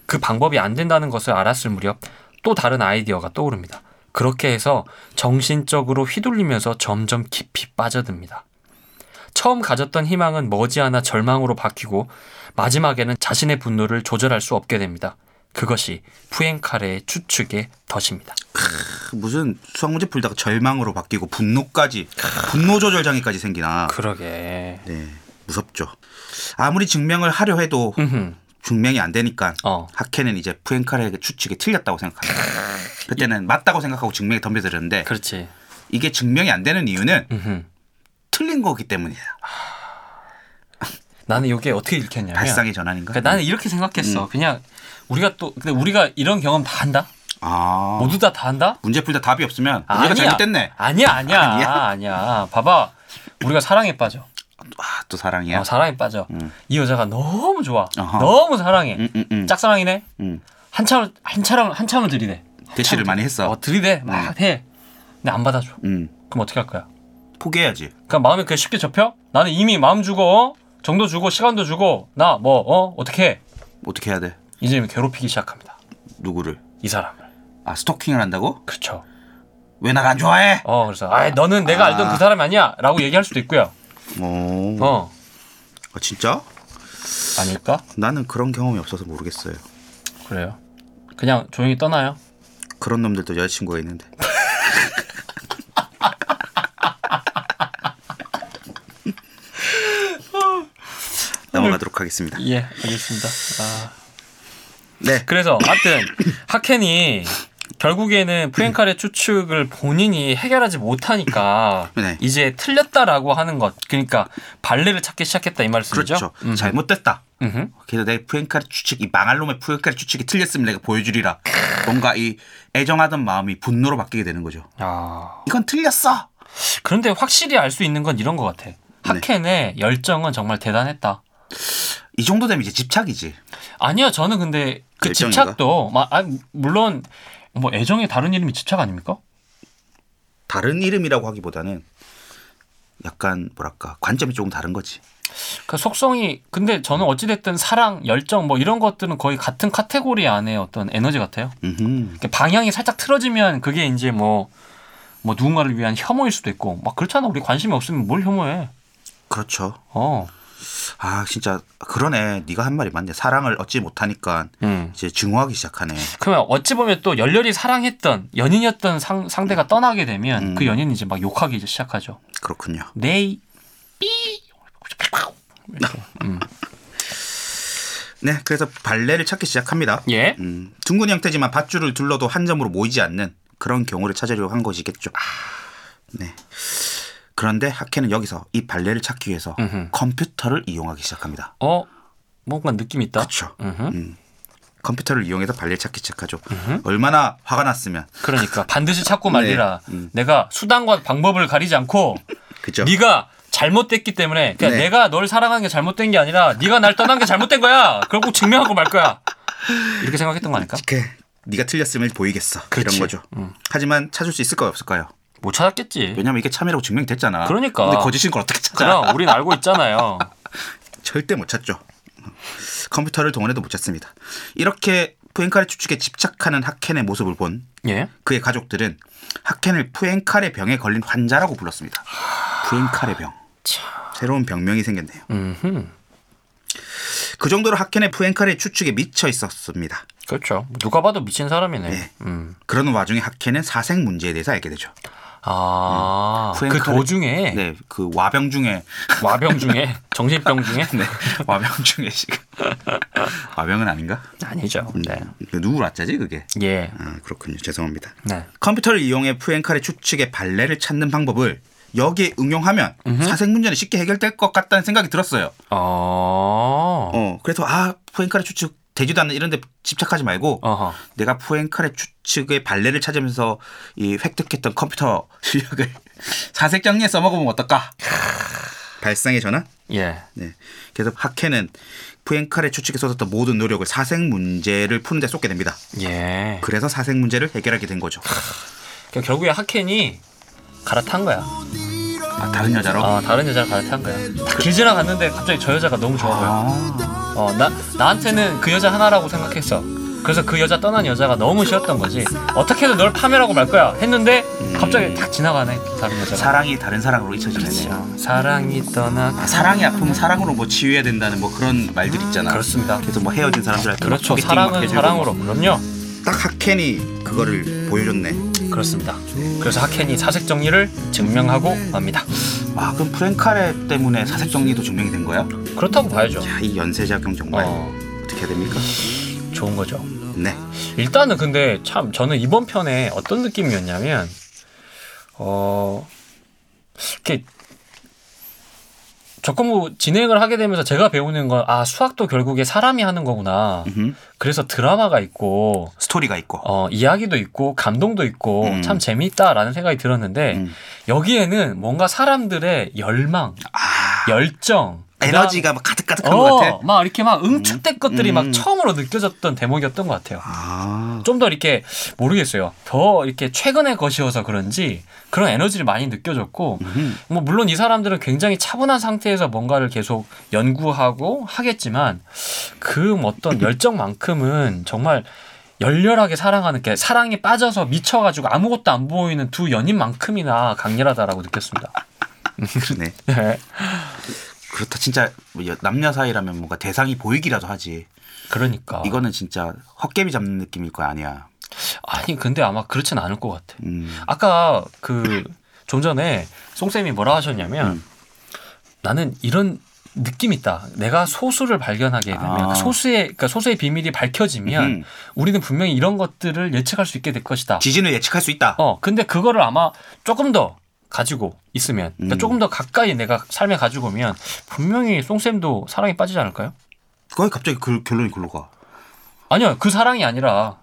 그 방법이 안 된다는 것을 알았을 무렵 또 다른 아이디어가 떠오릅니다. 그렇게 해서 정신적으로 휘둘리면서 점점 깊이 빠져듭니다. 처음 가졌던 희망은 머지않아 절망으로 바뀌고 마지막에는 자신의 분노를 조절할 수 없게 됩니다. 그것이 푸엔카레의 추측의 덫입니다. 크, 무슨 수학 문제 풀다가 절망으로 바뀌고 분노까지 분노 조절 장애까지 생기나. 그러게. 네, 무섭죠. 아무리 증명을 하려 해도 음흠. 증명이 안 되니까 어. 하켄은 이제 푸엔카르의 추측이 틀렸다고 생각합니다. 그때는 맞다고 생각하고 증명에 덤벼들었는데 그렇지. 이게 증명이 안 되는 이유는 음흠. 틀린 거기 때문이야. 나는 이게 어떻게 읽혔냐면 발상의 전환인가? 그러니까 나는 이렇게 음. 생각했어. 그냥 우리가 또 근데 우리가 이런 경험 다 한다? 아 모두 다 다 한다? 문제 풀다 답이 없으면 우리가 잘못됐네. 아, 아니야, 아니야. 아니야? 아니야. 아니야. 봐봐. 우리가 사랑에 빠져. 아, 또 사랑이야. 음. 어, 사랑에 빠져. 이 여자가 너무 좋아. 어허. 너무 사랑해. 음, 음, 음. 짝사랑이네. 음. 한참 한참 한참을 들이대. 대시를 많이 했어. 어, 들이대. 막 해. 근데 안 받아줘. 음. 그럼 어떻게 할 거야? 포기해야지. 그러니까 마음이 그냥 쉽게 접혀? 나는 이미 마음 주고 어? 정도 주고 시간도 주고 나 뭐 어? 어떻게 해? 어떻게 해야 돼? 이재명이 괴롭히기 시작합니다. 누구를? 이 사람을. 아 스토킹을 한다고? 그렇죠. 왜 나를 안 좋아해? 어 그래서 아 너는 내가 알던 그 사람이 아니야라고 얘기할 수도 있고요. 어, 어 아, 진짜? 아닐까? 나는 그런 경험이 없어서 모르겠어요. 그래요. 그냥 조용히 떠나요. 그런 놈들도 여자친구가 있는데. 넘어가도록 하겠습니다. 예 알겠습니다. 아. 네. 그래서 하여튼 하켄이 결국에는 프랭칼의 추측을 본인이 해결하지 못하니까 네. 이제 틀렸다라고 하는 것 그러니까 발레를 찾기 시작했다 이 말씀이죠. 그렇죠. 음. 잘못됐다. 음흠. 그래서 내 푸엔카르 추측, 이 망할 놈의 푸엔카르 추측이 틀렸으면 내가 보여주리라. 뭔가 이 애정하던 마음이 분노로 바뀌게 되는 거죠. 아. 이건 틀렸어. 그런데 확실히 알 수 있는 건 이런 것 같아. 하켄의 열정은 정말 대단했다. 이 정도 되면 이제 집착이지. 아니요, 저는 근데 그 열정인가? 집착도 마- 아, 물론 뭐 애정의 다른 이름이 집착 아닙니까? 다른 이름이라고 하기보다는 약간 뭐랄까 관점이 조금 다른 거지. 그 속성이 근데 저는 어찌 됐든 사랑, 열정 뭐 이런 것들은 거의 같은 카테고리 안에 어떤 에너지 같아요. 음흠. 이렇게 방향이 살짝 틀어지면 그게 이제 뭐 뭐 누군가를 위한 혐오일 수도 있고 막 그렇잖아. 우리 관심이 없으면 뭘 혐오해? 그렇죠. 어. 아 진짜 그러네. 네가 한 말이 맞네. 사랑을 얻지 못하니까 음. 이제 증오하기 시작하네. 그러면 어찌 보면 또 열렬히 사랑했던 연인이었던 상, 상대가 떠나게 되면 음. 그 연인이 이제 막 욕하기 이제 시작하죠. 그렇군요. 네이 삐. 이렇게. 음. 네, 그래서 발레를 찾기 시작합니다. 예. 음, 둥근 형태지만 밧줄을 둘러도 한 점으로 모이지 않는 그런 경우를 찾으려 한 것이겠죠. 아, 네. 그런데 하케는 여기서 이 발레를 찾기 위해서 음흠. 컴퓨터를 이용하기 시작합니다. 어 뭔가 느낌 있다. 그렇죠. 음흠. 음. 컴퓨터를 이용해서 발레를 찾기 시작하죠. 얼마나 화가 났으면 그러니까 반드시 찾고 말리라. 네. 음. 내가 수단과 방법을 가리지 않고 그죠? 네가 잘못됐기 때문에 그냥 네. 내가 널 사랑한 게 잘못된 게 아니라 네가 날 떠난 게 잘못된 거야. 그걸 꼭 증명하고 말 거야. 이렇게 생각했던 거 아닐까? 그 네가 틀렸음을 보이겠어. 그렇지. 음. 이런 거죠. 하지만 찾을 수 있을까요, 없을까요? 못 찾았겠지. 왜냐면 이게 참이라고 증명됐잖아. 그러니까. 근데 거짓인 걸 어떻게 찾아? 그럼 우린 알고 있잖아요. 절대 못 찾죠. 컴퓨터를 동원해도 못 찾습니다. 이렇게 푸엔칼의 추측에 집착하는 하켄의 모습을 본 예. 그의 가족들은 하켄을 푸엔칼의 병에 걸린 환자라고 불렀습니다. 푸엔칼의 병. 새로운 병명이 생겼네요. 음흠. 그 정도로 하켄의 푸엔칼의 추측에 미쳐 있었습니다. 그렇죠. 누가 봐도 미친 사람이네. 네. 음. 그러는 와중에 하켄은 사생 문제에 대해서 알게 되죠. 아, 음. 그 후엔카를- 도중에 네, 그 와병 중에 와병 중에 정신병 중에 네, 와병 중에 지금 와병은 아닌가? 아니죠. 네. 누구 라짜지 그게? 예. 아 그렇군요. 죄송합니다. 네. 컴퓨터를 이용해 푸엔칼의 추측의 발레를 찾는 방법을 여기에 응용하면 사생 문제는 쉽게 해결될 것 같다는 생각이 들었어요. 어. 어, 그래서 아 푸엔칼의 추측 되지도 않는 이런데 집착하지 말고 어허. 내가 푸엔칼의 추측의 발레를 찾으면서 이 획득했던 컴퓨터 실력을 사색 정리에 써먹으면 어떨까? 발상의 전환. 예. 네. 그래서 하케는 푸엔칼의 추측에 쏟았던 모든 노력을 사생 문제를 푸는데 쏟게 됩니다. 예. 그래서 사생 문제를 해결하게 된 거죠. 그러니까 결국에 하켄이 갈아탄 거야. 아, 다른 여자로. 아 다른 여자랑 갈아탄 거야. 길 지나갔는데 갑자기 저 여자가 너무 좋아 보여. 아. 어, 나 나한테는 그 여자 하나라고 생각했어. 그래서 그 여자 떠난 여자가 너무 싫었던 거지. 어떻게든 널 파멸하고 말 거야 했는데 갑자기 딱 지나가네 다른 여자가. 사랑이 다른 사랑으로 잊혀지네요. 그렇죠. 사랑이 떠나. 아, 사랑의 아픔은 사랑으로 뭐 치유해야 된다는 뭐 그런 말들 있잖아. 그렇습니다. 그래서 뭐 헤어진 사람들한테 막 그렇죠. 소개팅 막 사랑은 해주고. 사랑으로. 그럼요. 딱 하켄이 그거를 보여줬네. 그렇습니다. 그래서 하켄이 사색 정리를 증명하고 맙니다. 아 그럼 프랭카레 때문에 사색 정리도 증명이 된 거야? 그렇다고 봐야죠. 야, 이 연쇄 작용 정말 어, 어떻게 해야 됩니까? 좋은 거죠. 네. 일단은 근데 참 저는 이번 편에 어떤 느낌이었냐면 어 이렇게 조건부 진행을 하게 되면서 제가 배우는 건 아 수학도 결국에 사람이 하는 거구나. 음흠. 그래서 드라마가 있고 스토리가 있고. 어 이야기도 있고 감동도 있고 음. 참 재미있다라는 생각이 들었는데 음. 여기에는 뭔가 사람들의 열망, 아 열정 에너지가 막 가득가득한 것 같아. 음. 어, 막 이렇게 막 응축된 것들이 막 처음으로 느껴졌던 대목이었던 것 같아요. 아, 좀 더 이렇게 모르겠어요. 더 이렇게 최근의 것이어서 그런지 그런 에너지를 많이 느껴졌고 음, 뭐 물론 이 사람들은 굉장히 차분한 상태에서 뭔가를 계속 연구하고 하겠지만 그 어떤 열정만큼은 정말 열렬하게 사랑하는 게 사랑에 빠져서 미쳐가지고 아무것도 안 보이는 두 연인만큼이나 강렬하다라고 느꼈습니다. 그러네. 네. 그렇다 진짜 뭐 여- 남녀 사이라면 뭔가 대상이 보이기라도 하지. 그러니까 이거는 진짜 헛개미 잡는 느낌일 거 아니야. 아니 근데 아마 그렇진 않을 것 같아. 음. 아까 그 좀 전에 송쌤이 뭐라 하셨냐면 음. 나는 이런 느낌 있다. 내가 소수를 발견하게 되면 아. 소수의 그러니까 소수의 비밀이 밝혀지면 음. 우리는 분명히 이런 것들을 예측할 수 있게 될 것이다. 지진을 예측할 수 있다. 어, 근데 그거를 아마 조금 더 가지고 있으면 그러니까 음. 조금 더 가까이 내가 삶에 가지고 오면 분명히 송쌤도 사랑에 빠지지 않을까요? 거의 갑자기 그 결론이 글로 가. 아니요. 그 사랑이 아니라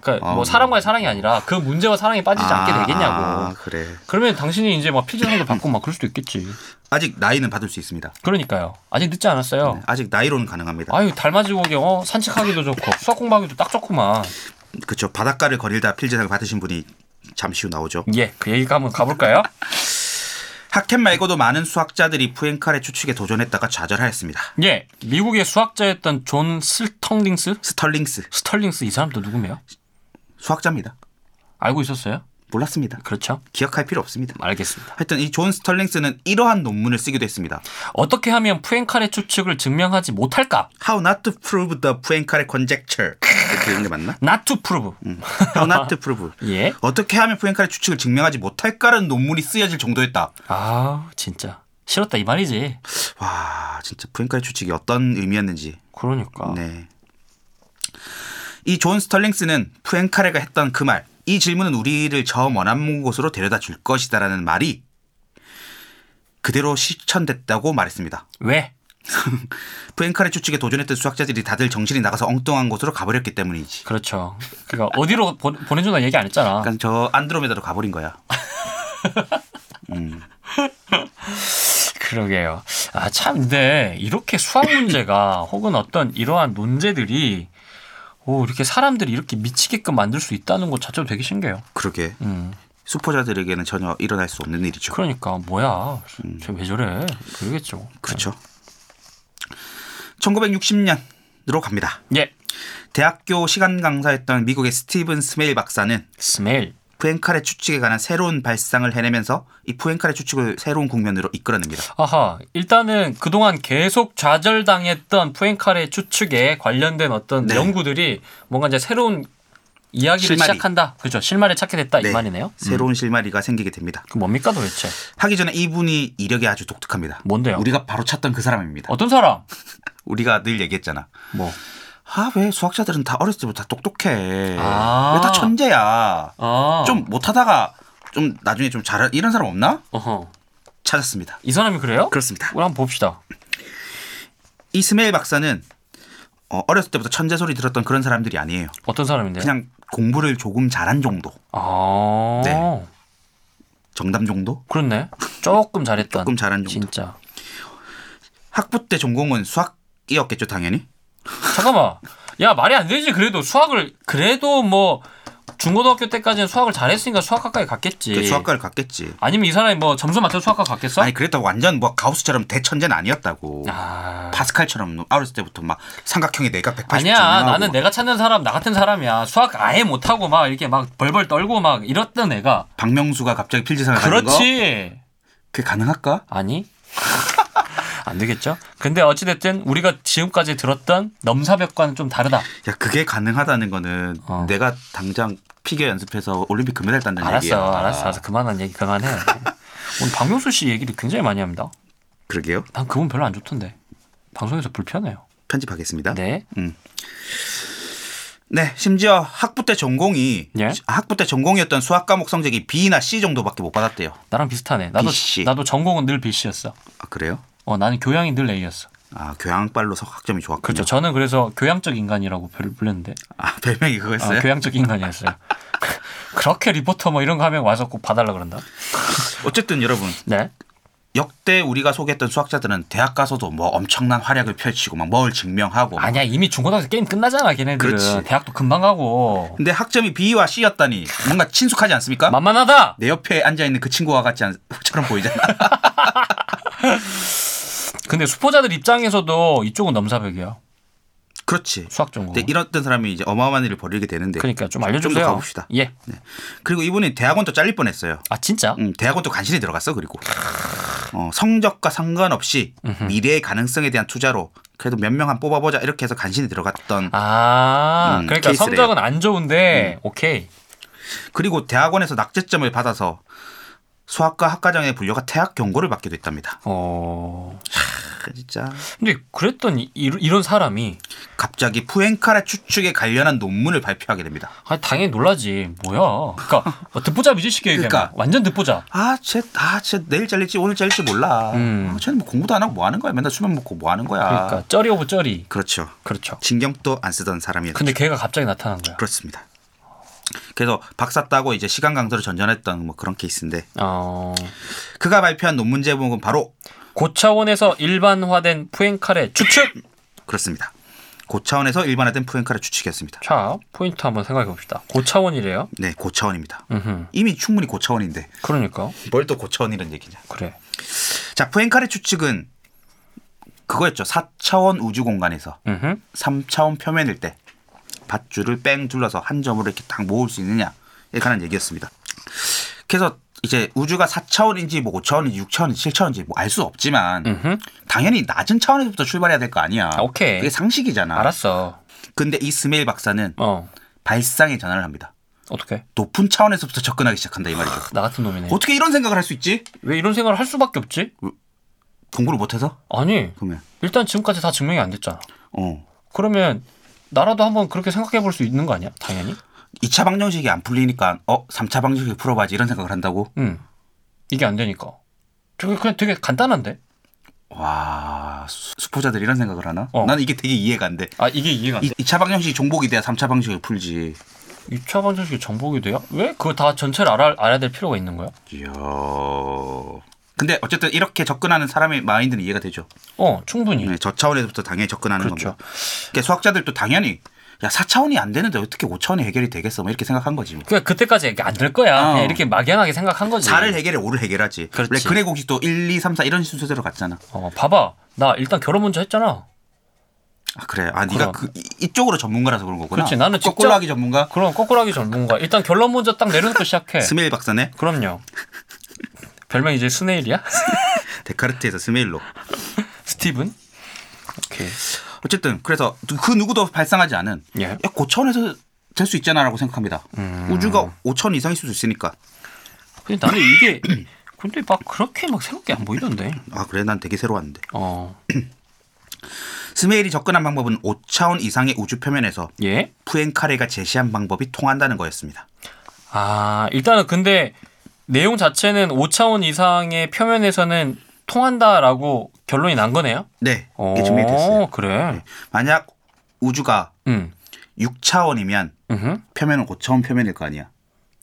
그러니까 아. 뭐 사람과의 사랑이 아니라 그 문제와 사랑에 빠지지 않게 되겠냐고. 아, 그래. 그러면 당신이 이제 막 피지상도 받고 막 그럴 수도 있겠지. 아직 나이는 받을 수 있습니다. 그러니까요. 아직 늦지 않았어요. 아직 나이로는 가능합니다. 아유 달맞이 구경 어 산책하기도 좋고 수학 공부하기도 딱 좋구만. 그렇죠. 바닷가를 거닐다 필재상을 받으신 분이 잠시 후 나오죠. 예, 그 얘기 한번 가볼까요? 학켄 말고도 많은 수학자들이 푸엔칼의 추측에 도전했다가 좌절하였습니다. 예, 미국의 수학자였던 존 슬텅링스, 스털링스 스털링스 이 사람도 누구며? 수학자입니다. 알고 있었어요? 몰랐습니다. 그렇죠. 기억할 필요 없습니다. 알겠습니다. 하여튼 이 존 스털링스는 이러한 논문을 쓰기도 했습니다. 어떻게 하면 푸엔칼의 추측을 증명하지 못할까? How not to prove the Poincaré conjecture. 이렇게 읽는 게 맞나? Not to prove. How not to prove. 예. 어떻게 하면 푸엔칼의 추측을 증명하지 못할까라는 논문이 쓰여질 정도였다. 아, 진짜 싫었다 이 말이지. 와, 진짜 푸엔칼의 추측이 어떤 의미였는지. 그러니까. 네. 이 존 스털링스는 푸엔카레가 했던 그 말, 이 질문은 우리를 저 원한 곳으로 데려다 줄 것이다라는 말이 그대로 실천됐다고 말했습니다. 왜? 푸엔카레 추측에 도전했던 수학자들이 다들 정신이 나가서 엉뚱한 곳으로 가버렸기 때문이지. 그렇죠. 그러니까 어디로 보, 보내준다 얘기 안 했잖아. 약간 그러니까 저 안드로메다로 가버린 거야. 그러게요. 아, 참, 근데 이렇게 수학 문제가 혹은 어떤 이러한 논제들이 오, 이렇게 사람들이 이렇게 미치게끔 만들 수 있다는 것 자체도 되게 신기해요. 그러게. 음. 수포자들에게는 전혀 일어날 수 없는 일이죠. 그러니까, 뭐야. 음. 쟤왜 저래? 그러겠죠. 그렇죠. 1960년으로 갑니다. 예. 대학교 시간 강사였던 미국의 스티븐 스메일 박사는 스멜. 푸엔칼의 추측에 관한 새로운 발상을 해내면서 이 푸엔칼의 추측을 새로운 국면으로 이끌어냅니다. 아하. 일단은 그동안 계속 좌절당했던 푸엔카레 추측에 관련된 어떤 네. 연구들이 뭔가 이제 새로운 이야기를 실마리. 시작한다. 그렇죠. 실마리를 찾게 됐다. 네. 이 말이네요. 새로운 실마리가 생기게 됩니다. 그 뭡니까 도대체? 하기 전에 이분이 이력이 아주 독특합니다. 뭔데요? 우리가 바로 찾던 그 사람입니다. 어떤 사람? 우리가 늘 얘기했잖아. 뭐. 아, 왜 수학자들은 다 어렸을 때부터 다 똑똑해. 아. 왜 다 천재야. 아. 좀 못하다가 좀 나중에 좀 잘한 이런 사람 없나? 어허. 찾았습니다. 이 사람이 그래요? 그렇습니다. 우리 한번 봅시다. 이 스메일 박사는 어, 어렸을 때부터 천재 소리 들었던 그런 사람들이 아니에요. 어떤 사람인데요? 그냥 공부를 조금 잘한 정도, 아. 네. 정담 정도? 그렇네. 조금 잘했던. 조금 잘한 정도. 진짜. 학부 때 전공은 수학이었겠죠 당연히 잠깐만. 야, 말이 안 되지. 그래도 수학을 그래도 뭐 중고등학교 때까지는 수학을 잘했으니까 수학학과에 갔겠지. 그 수학과를 갔겠지 아니면 이 사람이 뭐 점수 맞춰 예. 수학과 갔겠어? 아니 그랬다고 완전 뭐 가우스처럼 대천재는 아니었다고 아. 파스칼처럼 어렸을 때부터 막 삼각형의 내각 180도 아니야 나는 내가 찾는 사람 나 같은 사람이야 수학 아예 못하고 막 이렇게 막 벌벌 떨고 막 이랬던 애가 박명수가 갑자기 필지상을 가는 거 그렇지 그게 가능할까? 아니. 안 되겠죠? 근데 어찌됐든 우리가 지금까지 들었던 넘사벽과는 좀 다르다. 야 그게 가능하다는 거는 어. 내가 당장 피겨 연습해서 올림픽 금메달 딴다는 알았어, 얘기야 알았어, 알았어. 그만한 얘기 그만해. 오늘 박명수 씨 얘기를 굉장히 많이 합니다. 그러게요 난 그분 별로 안 좋던데. 방송에서 불편해요. 편집하겠습니다 네. 네. 심지어 학부 때 전공이 예? 학부 때 전공이었던 수학 과목 성적이 B나 C 정도밖에 못 받았대요 나랑 비슷하네. 나도, BC. 나도 전공은 늘 BC였어. 아 그래요? 어, 나는 교양이 늘 A였어. 아 교양빨로 서- 학점이 좋았군요 그렇죠. 저는 그래서 교양적 인간이라고 별을 불렸는데. 아 별명이 아, 그거였어요? 교양적 인간이었어요. 그렇게 리포터 뭐 이런 거 하면 와서 꼭 봐달라 그런다. 어쨌든 여러분 네. 역대 우리가 소개했던 수학자들은 대학 가서도 뭐 엄청난 활약을 펼치고 막 뭘 증명하고 막 아니야 이미 중고등학교 게임 끝나잖아 걔네들은 그렇지. 대학도 금방 가고 근데 학점이 B와 C였다니 뭔가 친숙하지 않습니까? 만만하다 내 옆에 앉아 있는 그 친구와 같이 않, 처럼 보이잖아. 근데 수포자들 입장에서도 이쪽은 넘사벽이야 그렇지. 수학 전공 근데 이런 어떤 사람이 이제 어마어마한 일을 벌이게 되는데. 그러니까 좀 네. 좀 알려주세요 더 가봅시다. 예아 아, 네. 그리고 이분이 대학원도 잘릴 뻔했어요. 진짜 음, 대학원도 간신히 들어갔어 그리고 어, 성적과 상관없이 미래의 가능성에 대한 투자로 그래도 몇 명 한 뽑아보자 이렇게 해서 간신히 들어갔던 아 음, 그러니까 케이스래요. 성적은 안 좋은데 오케이 그리고 대학원에서 낙제점을 받아서 수학과 학과장의 분류가 퇴학 경고를 받게 됐답니다. 어 크, 진짜 근데 그랬던 이, 이- 이런 사람이 갑자기 푸엔카라 추측에 관련한 논문을 발표하게 됩니다. 아 당연히 놀라지 뭐야 그러니까 뭐 듣보잡이지 쉽게 얘기하면 그러니까. 완전 듣보잡 아, 쟤, 아, 쟤 내일 잘릴지 오늘 잘릴지 몰라. 음. 아, 쟤는 뭐 공부도 안 하고 뭐 하는 거야? 맨날 술만 먹고 뭐 하는 거야? 그러니까 쩌리 오브 쩌리 그렇죠. 그렇죠 진경도 안 쓰던 사람이었죠. 근데 걔가 갑자기 나타난 거야 그렇습니다. 그래서 박사 따고 이제 시간 강도를 전전했던 뭐 그런 케이스인데 어 그가 발표한 논문 제목은 바로 고차원에서 일반화된 푸엔칼의 추측 그렇습니다. 고차원에서 일반화된 푸엔카라 추측이었습니다. 자 포인트 한번 생각해 봅시다 고차원이래요 네, 고차원입니다. 음흠. 이미 충분히 고차원인데 그러니까 뭘 또 고차원이란 얘기냐? 그래 자, 푸엔카라 추측은 그거였죠. 4차원 우주 공간에서 음흠. 3차원 표면일 때 밧줄을 뺑 둘러서 한 점으로 이렇게 딱 모을 수 있느냐에 관한 얘기였습니다. 그래서 이제 우주가 4차원인지 뭐 5차원인지 6차원인지 7차원인지 뭐 알 수 없지만 음흠. 당연히 낮은 차원에서부터 출발해야 될 거 아니야. 아, 오케이. 그게 상식이잖아. 알았어 근데 이 스메일 박사는 어 발상의 전환을 합니다. 어떻게 높은 차원에서부터 접근하기 시작한다 이 말이죠. 나 같은 아, 놈이네 어떻게 이런 생각을 할 수 있지? 왜 이런 생각을 할 수밖에 없지 공부를 못해서? 아니 그러면 일단 지금까지 다 증명이 안 됐잖아 어. 그러면 나라도 한번 그렇게 생각해 볼 수 있는 거 아니야 당연히 2차 방정식이 안 풀리니까 어 3차 방정식 풀어봐야지 이런 생각을 한다고? 음 이게 안 되니까 저게 그냥 되게 간단한데 와 수- 수포자들 이런 생각을 하나? 어. 난 이게 되게 이해가 안 돼. 아 이게 이해가 안 돼. 이, 2차 방정식이 종복이 돼야 3차 방정식을 풀지. 2차 방정식이 정복이 돼요? 왜? 그거 다 전체를 알아, 알아야 될 필요가 있는 거야? 이야. 근데 어쨌든 이렇게 접근하는 사람의 마인드는 이해가 되죠. 어 충분히 네, 저 차원에서부터 당연히 접근하는 그렇죠. 겁니다. 그러니까 수학자들도 당연히 야 4차원이 안 되는데 어떻게 5차원이 해결이 되겠어? 뭐 이렇게 생각한 거지. 뭐. 그냥 그때까지 이게 안 될 거야. 어. 그냥 이렇게 막연하게 생각한 거지. 4를 해결해 5를 해결하지. 네. 그렇지. 원래 근해 공식도 1, 2, 3, 4 이런 순서대로 갔잖아. 어, 봐봐. 나 일단 결혼 먼저 했잖아. 아 그래. 아 그럼. 네가 그, 이- 이쪽으로 전문가라서 그런 거구나. 그렇지. 나는 직접- 거꾸로 하기 전문가. 그럼 거꾸로하기 전문가. 일단 결론 먼저 딱 내려놓고 시작해. 스메일 박사네. 그럼요. 별명 이제 스네일이야? 데카르트에서 스메일로. 스티븐? 오케이. 어쨌든 그래서 그 누구도 발상하지 않은 예. 야, 고천에서 될 수 있잖아라고 생각합니다. 우주가 5천 이상일 수도 있으니까. 근데 나는 이게 근데 막 그렇게 막 새롭게 안 보이던데. 아 그래 난 되게 새로웠는데. 어. 스메일이 접근한 방법은 5차원 이상의 우주 표면에서 예? 푸엔카레가 제시한 방법이 통한다는 거였습니다. 아, 일단은 근데 내용 자체는 5차원 이상의 표면에서는 통한다라고 결론이 난 거네요. 네, 이게 증명됐어요. 네. 어, 그래. 만약 우주가 음. 6차원이면 음. 표면은 5차원 표면일 거 아니야.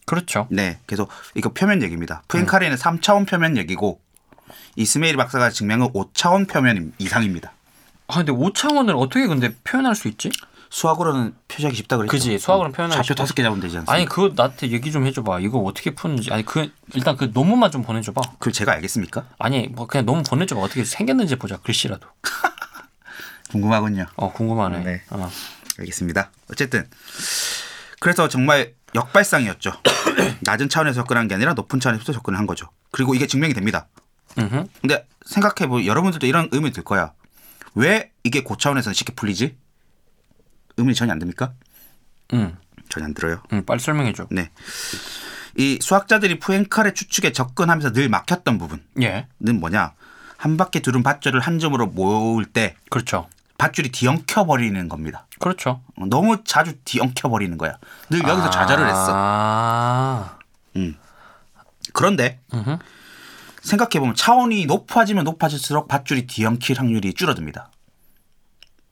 그렇죠. 네, 그래서 이거 표면 얘기입니다. 푸엔카레는 3차원 표면 얘기고 이 스메일 박사가 증명한 5차원 표면 이상입니다. 아 근데 5차원을 어떻게 근데 표현할 수 있지? 수학으로는 표시하기 쉽다 그랬죠. 그지, 수학으로는 표현하기 좌표 쉽다. 다섯 개 잡으면 되지 않습니까? 아니 그거 나한테 얘기 좀 해줘봐. 이거 어떻게 푸는지. 아니 그 일단 그 논문만 좀 보내줘봐. 그걸 제가 알겠습니까? 아니 뭐 그냥 논문 보내줘봐. 어떻게 생겼는지 보자. 글씨라도. 궁금하군요. 어 궁금하네. 네. 어. 알겠습니다. 어쨌든 그래서 정말 역발상이었죠. 낮은 차원에서 접근한 게 아니라 높은 차원에서 접근한 거죠. 그리고 이게 증명이 됩니다. 음흠. 근데 생각해 보면 여러분들도 이런 의문이 들 거야. 왜 이게 고차원에서는 쉽게 풀리지? 의문이 전혀 안 됩니까? 음. 전혀 안 들어요. 음. 빨리 설명해줘. 네. 이 수학자들이 푸엔칼의 추측에 접근하면서 늘 막혔던 부분은 예. 뭐냐? 한 바퀴 두른 밧줄을 한 점으로 모을 때 그렇죠. 밧줄이 뒤엉켜 버리는 겁니다. 그렇죠. 어, 너무 자주 뒤엉켜 버리는 거야. 늘 여기서 좌절을 했어. 아. 그런데 음흠. 생각해 보면 차원이 높아지면 높아질수록 밧줄이 뒤엉킬 확률이 줄어듭니다.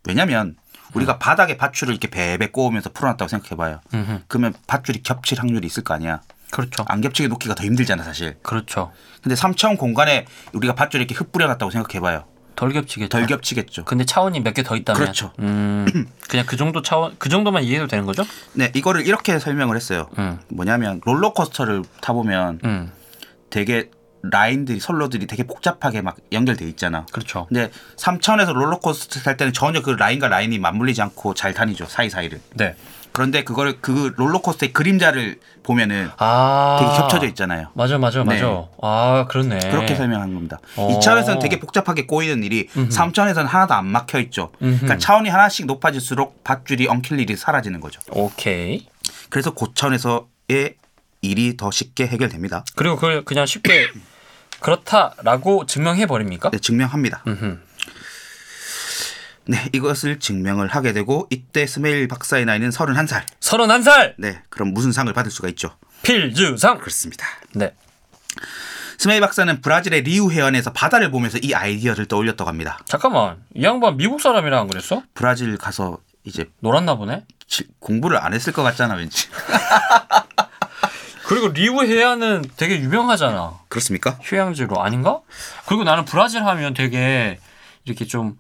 왜냐면 우리가 바닥에 밧줄을 이렇게 베베 꼬으면서 풀어놨다고 생각해봐요. 음. 음흠. 그러면 밧줄이 겹칠 확률이 있을 거 아니야. 그렇죠. 안 겹치게 놓기가 더 힘들잖아 사실. 그렇죠. 근데 3차원 공간에 우리가 밧줄 이렇게 흩뿌려놨다고 생각해봐요. 덜 겹치겠죠. 덜 겹치겠죠. 근데 차원이 몇 개 더 있다면 그렇죠. 음, 그냥 그 정도 차원 그 정도만 이해해도 되는 거죠? 네, 이거를 이렇게 설명을 했어요. 음. 뭐냐면 롤러코스터를 타보면 음. 되게 라인들이 선로들이 되게 복잡하게 막 연결돼 있잖아. 그렇죠. 근데 3차원에서 롤러코스터 탈 때는 전혀 그 라인과 라인이 맞물리지 않고 잘 다니죠 사이사이를. 네. 그런데 그걸 그 롤러코스터의 그림자를 보면은 아. 되게 겹쳐져 있잖아요. 맞아 맞아 네. 맞아. 아, 그렇네. 그렇게 설명한 겁니다. 어. 이 2차원에서는 되게 복잡하게 꼬이는 일이 3차원에서는 하나도 안 막혀 있죠. 그러니까 음흠. 차원이 하나씩 높아질수록 밧줄이 엉킬 일이 사라지는 거죠. 오케이. 그래서 고차원에서의 일이 더 쉽게 해결됩니다. 그리고 그걸 그냥 쉽게 그렇다라고 증명해 버립니까? 네, 증명합니다. 음흠. 네, 이것을 증명을 하게 되고 이때 스메일 박사의 나이는 31살. 31살 네, 그럼 무슨 상을 받을 수가 있죠? 필즈상. 그렇습니다. 네. 스메일 박사는 브라질의 리우 해안에서 바다를 보면서 이 아이디어를 떠올렸다고 합니다. 잠깐만. 이 양반 미국 사람이라 안 그랬어? 브라질 가서 이제 놀았나 보네. 지- 공부를 안 했을 것 같잖아, 왠지. 그리고 리우 해안은 되게 유명하잖아. 그렇습니까? 휴양지로 아닌가? 그리고 나는 브라질 하면 되게 이렇게 좀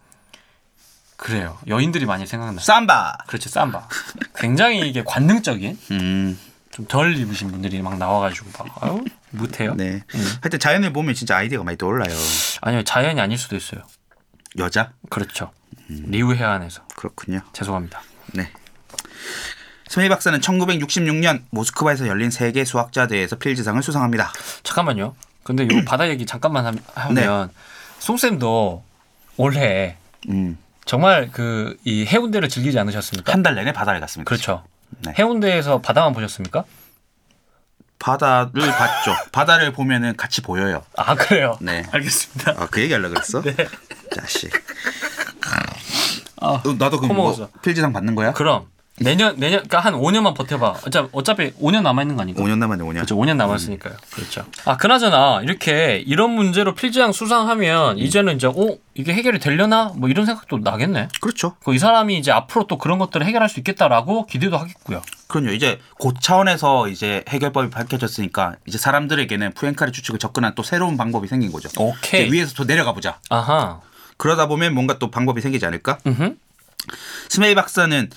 그래요. 여인들이 많이 생각나. 삼바. 그렇지 삼바. 굉장히 이게 관능적인 음. 좀 덜 입으신 분들이 막 나와가지고 막 아유 못해요. 네. 하여튼 자연을 보면 진짜 아이디어가 많이 떠올라요. 아니요 자연이 아닐 수도 있어요. 여자? 그렇죠. 리우 해안에서 그렇군요. 죄송합니다. 네. 스메일 박사는 1966년 모스크바에서 열린 세계 수학자 대회에서 필즈상을 수상합니다. 잠깐만요. 근데 요 바다 얘기 잠깐만 함- 하면 송쌤도 올해 네. 음. 정말 그 이 해운대를 즐기지 않으셨습니까? 한 달 내내 바다를 갔습니다. 그렇죠. 네. 해운대에서 바다만 보셨습니까? 바다를 봤죠. 바다를 보면은 같이 보여요. 아 그래요. 네. 알겠습니다. 아, 그 얘기 하려고 그랬어? 네. 자식. 어, 나도 그럼 아, 고마워서. 그렇죠. 뭐 필즈상 받는 거야? 그럼 내년 내년 그러니까 한 5년만 버텨봐. 어차피 어차피 5년 남아 있는 거 아닌가? 5년 남았네, 5년. 그렇죠. 5년 남았으니까요. 그렇죠. 아 그나저나 이렇게 이런 문제로 필지상 음. 수상하면 이제는 이제 어 이게 해결이 되려나 뭐 이런 생각도 나겠네. 그렇죠. 그 이 사람이 이제 앞으로 또 그런 것들을 해결할 수 있겠다라고 기대도 하겠고요. 그럼요. 이제 고차원에서 이제 해결법이 밝혀졌으니까 이제 사람들에게는 푸엔카르 추측을 접근한 또 새로운 방법이 생긴 거죠. 오케이. 이제 위에서 또 내려가 보자. 아하. 그러다 보면 뭔가 또 방법이 생기지 않을까? 음흠. 스메이 박사는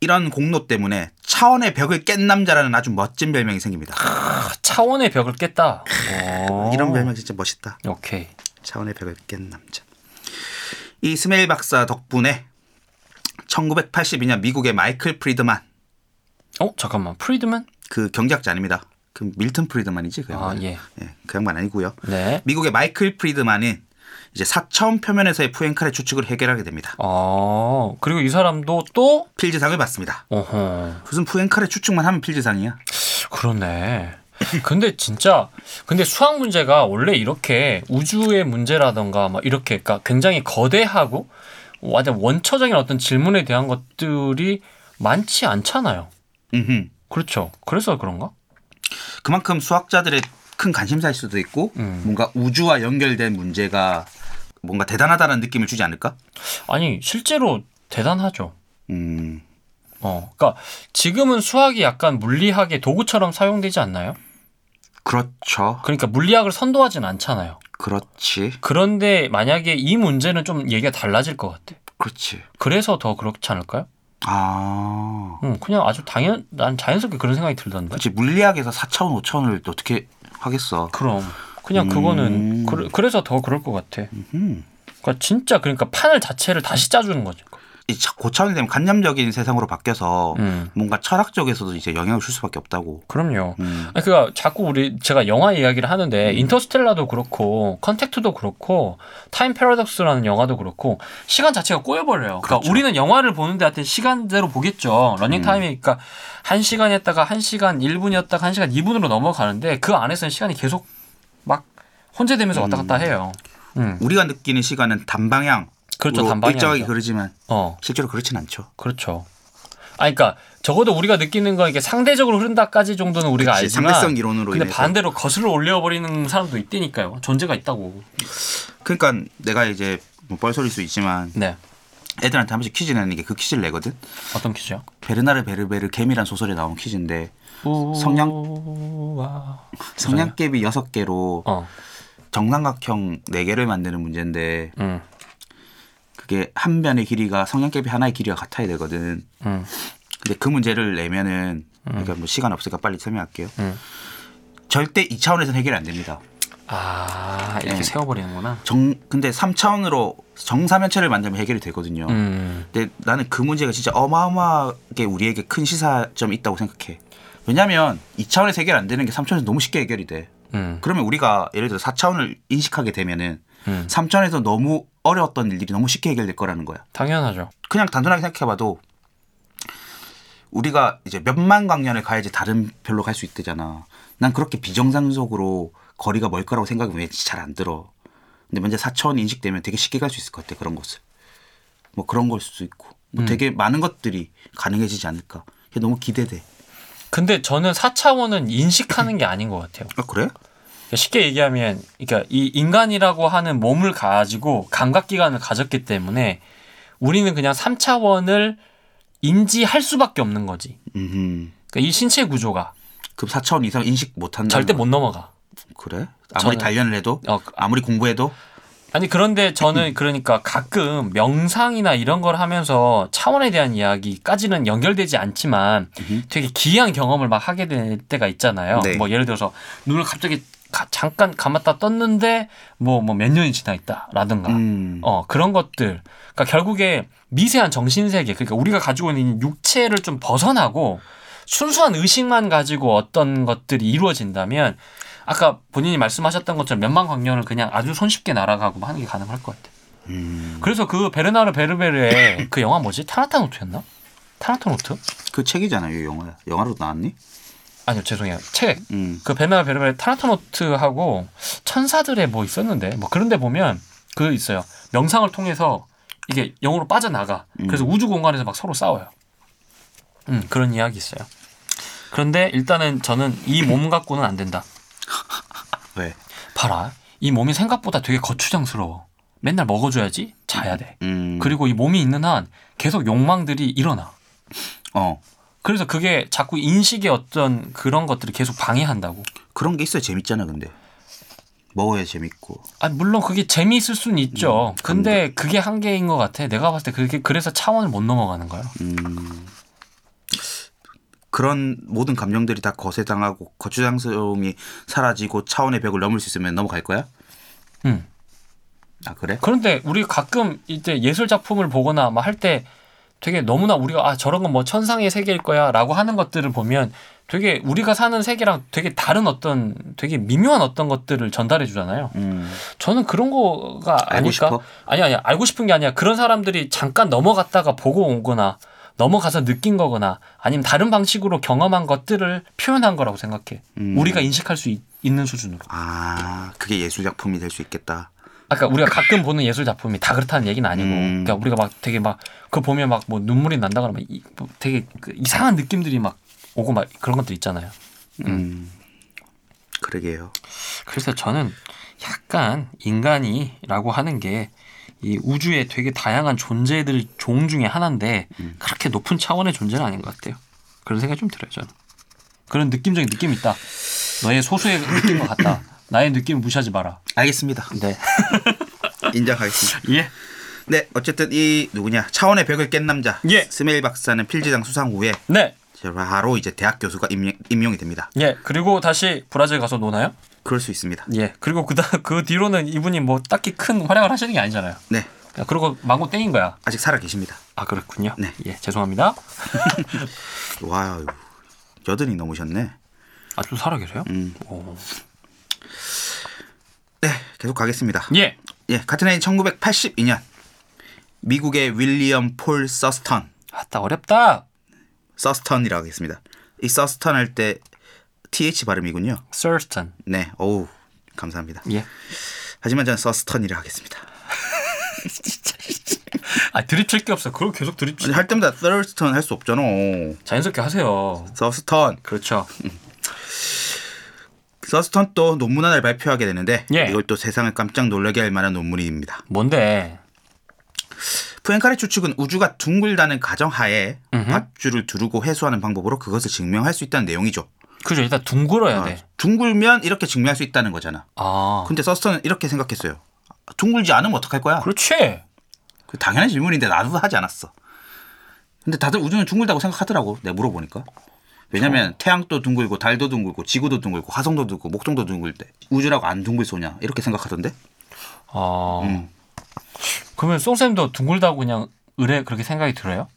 이런 공로 때문에 차원의 벽을 깬 남자라는 아주 멋진 별명이 생깁니다. 아, 차원의 벽을 깼다. 오. 이런 별명 진짜 멋있다. 오케이. 차원의 벽을 깬 남자. 이 스메일 박사 덕분에 1982년 미국의 마이클 프리드만 어 잠깐만 프리드맨? 그 경제학자 아닙니다. 그 밀턴 프리드만이지 그 아 양반. 예. 예, 그 양반 아니고요. 네. 미국의 마이클 프리드만은 이제 사차원 표면에서의 푸엔카의 추측을 해결하게 됩니다. 어 그리고 이 사람도 또 필지상을 받습니다. 어허. 무슨 푸엔카의 추측만 하면 필지상이야? 그렇네. 근데 진짜 근데 수학 문제가 원래 이렇게 우주의 문제라던가 막 이렇게 그러니까 굉장히 거대하고 완전 원초적인 어떤 질문에 대한 것들이 많지 않잖아요. 음흠. 그렇죠. 그래서 그런가? 그만큼 수학자들의 큰 관심사일 수도 있고 음. 뭔가 우주와 연결된 문제가 뭔가 대단하다는 느낌을 주지 않을까? 아니 실제로 대단하죠. 음. 어, 그러니까 지금은 수학이 약간 물리학의 도구처럼 사용되지 않나요? 그렇죠. 그러니까 물리학을 선도하진 않잖아요. 그렇지. 그런데 만약에 이 문제는 좀 얘기가 달라질 것 같아. 그렇지. 그래서 더 그렇지 않을까요? 아. 음, 그냥 아주 당연, 난 자연스럽게 그런 생각이 들던데. 그렇지. 물리학에서 4차원, 5차원을 어떻게 하겠어? 그럼 그냥 음. 그거는 그, 래서더 그럴 것 같아. 음. 그러니까 진짜 그러니까 판을 자체를 다시 짜주는 거죠. 이 차- 고차원이 되면 관념적인 세상으로 바뀌어서 음, 뭔가 철학 쪽에서도 이제 영향을 줄 수밖에 없다고. 그럼요. 음. 아니, 그니까 자꾸 우리 제가 영화 이야기를 하는데 인터스텔라도 그렇고 컨택트도 그렇고 타임 패러독스라는 영화도 그렇고 시간 자체가 꼬여버려요. 그러니까 그렇죠. 음. 우리는 영화를 보는데 하여튼 시간대로 보겠죠. 러닝 타임이 그러니까 1시간 했다가 1시간 1분이었다가 1시간 2분으로 넘어가는데 그 안에서는 시간이 계속 막 혼재되면서 왔다 갔다 해요. 음. 우리가 느끼는 시간은 단방향. 그렇죠. 단방향. 일정하게 그러지만 어. 실제로 그렇진 않죠. 그렇죠. 아, 그러니까 적어도 우리가 느끼는 건 이게 상대적으로 흐른다까지 정도는 우리가 그치, 알지만 상대성 이론으로 근데 인해서. 반대로 거슬러 올려버리는 사람도 있다니까요. 존재가 있다고. 그러니까 내가 이제 뭐 뻘소릴 수 있지만 네. 애들한테 한 번씩 퀴즈 내는 게 그 퀴즈를 내거든. 어떤 퀴즈요? 베르나르 베르베르 개미란 소설에 나온 퀴즈인데 성냥 우와. 성냥개비 여섯 개로 어. 정삼각형 네 개를 만드는 문제인데 음. 그게 한 면의 길이가 성냥개비 하나의 길이가 같아야 되거든. 음. 근데 그 문제를 내면은 그러니까 뭐 시간 없으니까 빨리 설명할게요. 음. 절대 이차원에서는 해결이 안 됩니다. 아, 이렇게 네. 세워버리는구나. 정 근데 삼차원으로 정사면체를 만들면 해결이 되거든요. 음. 근데 나는 그 문제가 진짜 어마어마하게 우리에게 큰 시사점이 있다고 생각해. 왜냐면 이차원에서 해결 안 되는 게삼차원에서 너무 쉽게 해결이 돼. 음. 그러면 우리가 예를 들어 4차원을 인식하게 되면은 음. 3차원에서 너무 어려웠던 일들이 너무 쉽게 해결될 거라는 거야. 당연하죠. 그냥 단순하게 생각해봐도 우리가 이제 몇만 광년을 가야지 다른 별로 갈 수 있대잖아. 난 그렇게 비정상적으로 거리가 멀 거라고 생각이 왠지 잘 안 들어. 근데 먼저 4차원 인식되면 되게 쉽게 갈 수 있을 것 같아 그런 것을. 뭐 그런 걸 수도 있고 뭐 음. 되게 많은 것들이 가능해지지 않을까. 그게 너무 기대돼. 근데 저는 4차원은 인식하는 게 아닌 것 같아요. 아 그래? 그러니까 쉽게 얘기하면, 그러니까 이 인간이라고 하는 몸을 가지고 감각기관을 가졌기 때문에 우리는 그냥 3차원을 인지할 수밖에 없는 거지. 음. 그러니까 이 신체 구조가 그럼 4차원 이상 인식 못 한다. 절대 못 넘어가. 그래? 아무리 저는- 단련을 해도 어, 아무리 공부해도 아니 그런데 저는 그러니까 가끔 명상이나 이런 걸 하면서 차원에 대한 이야기까지는 연결되지 않지만 되게 기이한 경험을 막 하게 될 때가 있잖아요. 네. 뭐 예를 들어서 눈을 갑자기 가- 잠깐 감았다 떴는데 뭐 뭐 몇 년이 지나 있다라든가 음. 어 그런 것들 그러니까 결국에 미세한 정신 세계 그러니까 우리가 가지고 있는 이 육체를 좀 벗어나고 순수한 의식만 가지고 어떤 것들이 이루어진다면 아까 본인이 말씀하셨던 것처럼 몇만 광년을 그냥 아주 손쉽게 날아가고 막 하는 게 가능할 것 같아. 음. 그래서 그 베르나르 베르베르의 그 영화 뭐지? 타나타노트였나? 타나타노트? 그 책이잖아요, 이 영화. 영화로 나왔니? 아니요 죄송해요 책. 음. 그 베르나르 베르베르 타나타노트하고 천사들의 뭐 있었는데 뭐 그런데 보면 그 있어요 명상을 통해서 이게 영으로 빠져나가 그래서 우주 공간에서 막 서로 싸워요 음 그런 이야기 있어요 그런데 일단은 저는 이 몸 갖고는 안 된다 왜? 봐라 이 몸이 생각보다 되게 거추장스러워 맨날 먹어줘야지 자야 돼 음. 그리고 이 몸이 있는 한 계속 욕망들이 일어나 어. 그래서 그게 자꾸 인식의 어떤 그런 것들을 계속 방해한다고 그런 게 있어야 재밌잖아, 근데. 먹어야 재밌고. 아 물론 그게 재미있을 수는 있죠. 근데 그게 한계인 것 같아. 내가 봤을 때 그게 그래서 차원을 못 넘어가는 거야. 음. 그런 모든 감정들이 다 거세당하고 거추장스러움이 사라지고 차원의 벽을 넘을 수 있으면 넘어갈 거야? 음. 아, 그래? 그런데 우리 가끔 이제 예술 작품을 보거나 막 할 때 되게 너무나 우리가 아 저런 건 뭐 천상의 세계일 거야라고 하는 것들을 보면 되게 우리가 사는 세계랑 되게 다른 어떤 되게 미묘한 어떤 것들을 전달해 주잖아요. 음. 저는 그런 거가 알고 아닐까? 싶어? 아니 아니 알고 싶은 게 아니야. 그런 사람들이 잠깐 넘어갔다가 보고 온 거나 넘어가서 느낀 거거나 아니면 다른 방식으로 경험한 것들을 표현한 거라고 생각해. 음. 우리가 인식할 수 있, 는 수준으로. 아, 그게 예술 작품이 될 수 있겠다. 아까 우리가 가끔 보는 예술 작품이 다 그렇다는 얘기는 아니고, 음. 그러니까 우리가 막 되게 막 그거 보면 막 뭐 눈물이 난다 그러면 이, 뭐 되게 그 이상한 느낌들이 막 오고 막 그런 것들 있잖아요. 음. 그러게요. 그래서 저는 약간 인간이라고 하는 게 이 우주의 되게 다양한 존재들 종 중에 하나인데 그렇게 높은 차원의 존재는 아닌 것 같아요. 그런 생각이 좀 들어요, 저는. 그런 느낌적인 느낌이 있다. 너의 소수의 느낌과 같다. 나의 느낌을 무시하지 마라. 알겠습니다. 네. 인정하겠습니다. 예. 네, 어쨌든 이 누구냐 차원의 벽을 깬 남자 예. 스메일 박사는 필지상 수상 후에 네. 바로 이제 대학 교수가 임명, 임명이 됩니다. 예. 그리고 다시 브라질 가서 노나요? 그럴 수 있습니다. 예. 그리고 그다 그 뒤로는 이분이 뭐 딱히 큰 활약을 하시는 게 아니잖아요. 네, 그냥 그러고 망고 땡인 거야. 아직 살아 계십니다. 아 그렇군요. 네. 예. 죄송합니다. 와, 여든이 넘으셨네. 아좀 살아 계세요? 음. 오. 네, 계속 가겠습니다. 예. 예, 같은 해인 1982년 미국의 윌리엄 폴 서스턴, 아따 어렵다. 서스턴이라고 하겠습니다. 이 서스턴 할 때 th 발음이군요. 서스턴. 네, 어우 감사합니다. 예. 하지만 저는 서스턴이라 하겠습니다. 아 드립칠 게 없어. 그걸 계속 드립칠. 아니, 할 때마다 서스턴 할 수 없잖아. 자연스럽게 하세요. 서스턴. 그렇죠. 서스턴 또 논문 하나를 발표하게 되는데 예. 이걸 또 세상을 깜짝 놀라게 할 만한 논문입니다. 뭔데? 푸엔카레 추측은 우주가 둥글다는 가정하에 밧줄을 두르고 회수하는 방법으로 그것을 증명할 수 있다는 내용이죠. 그죠 일단 둥글어야 어, 돼. 둥글면 이렇게 증명할 수 있다는 거잖아. 아 근데 서스턴은 이렇게 생각했어요. 둥글지 않으면 어떡할 거야? 그렇지. 그 당연한 질문인데 나도 하지 않았어. 근데 다들 우주는 둥글다고 생각하더라고. 내가 물어보니까. 왜냐면 태양도 둥글고 달도 둥글고 지구도 둥글고 화성도 둥글고 목성도 둥글대. 우주라고 안 둥글 소냐 이렇게 생각하던데. 아 음. 그러면 송쌤도 둥글다고 그냥 의뢰 그렇게 생각이 들어요?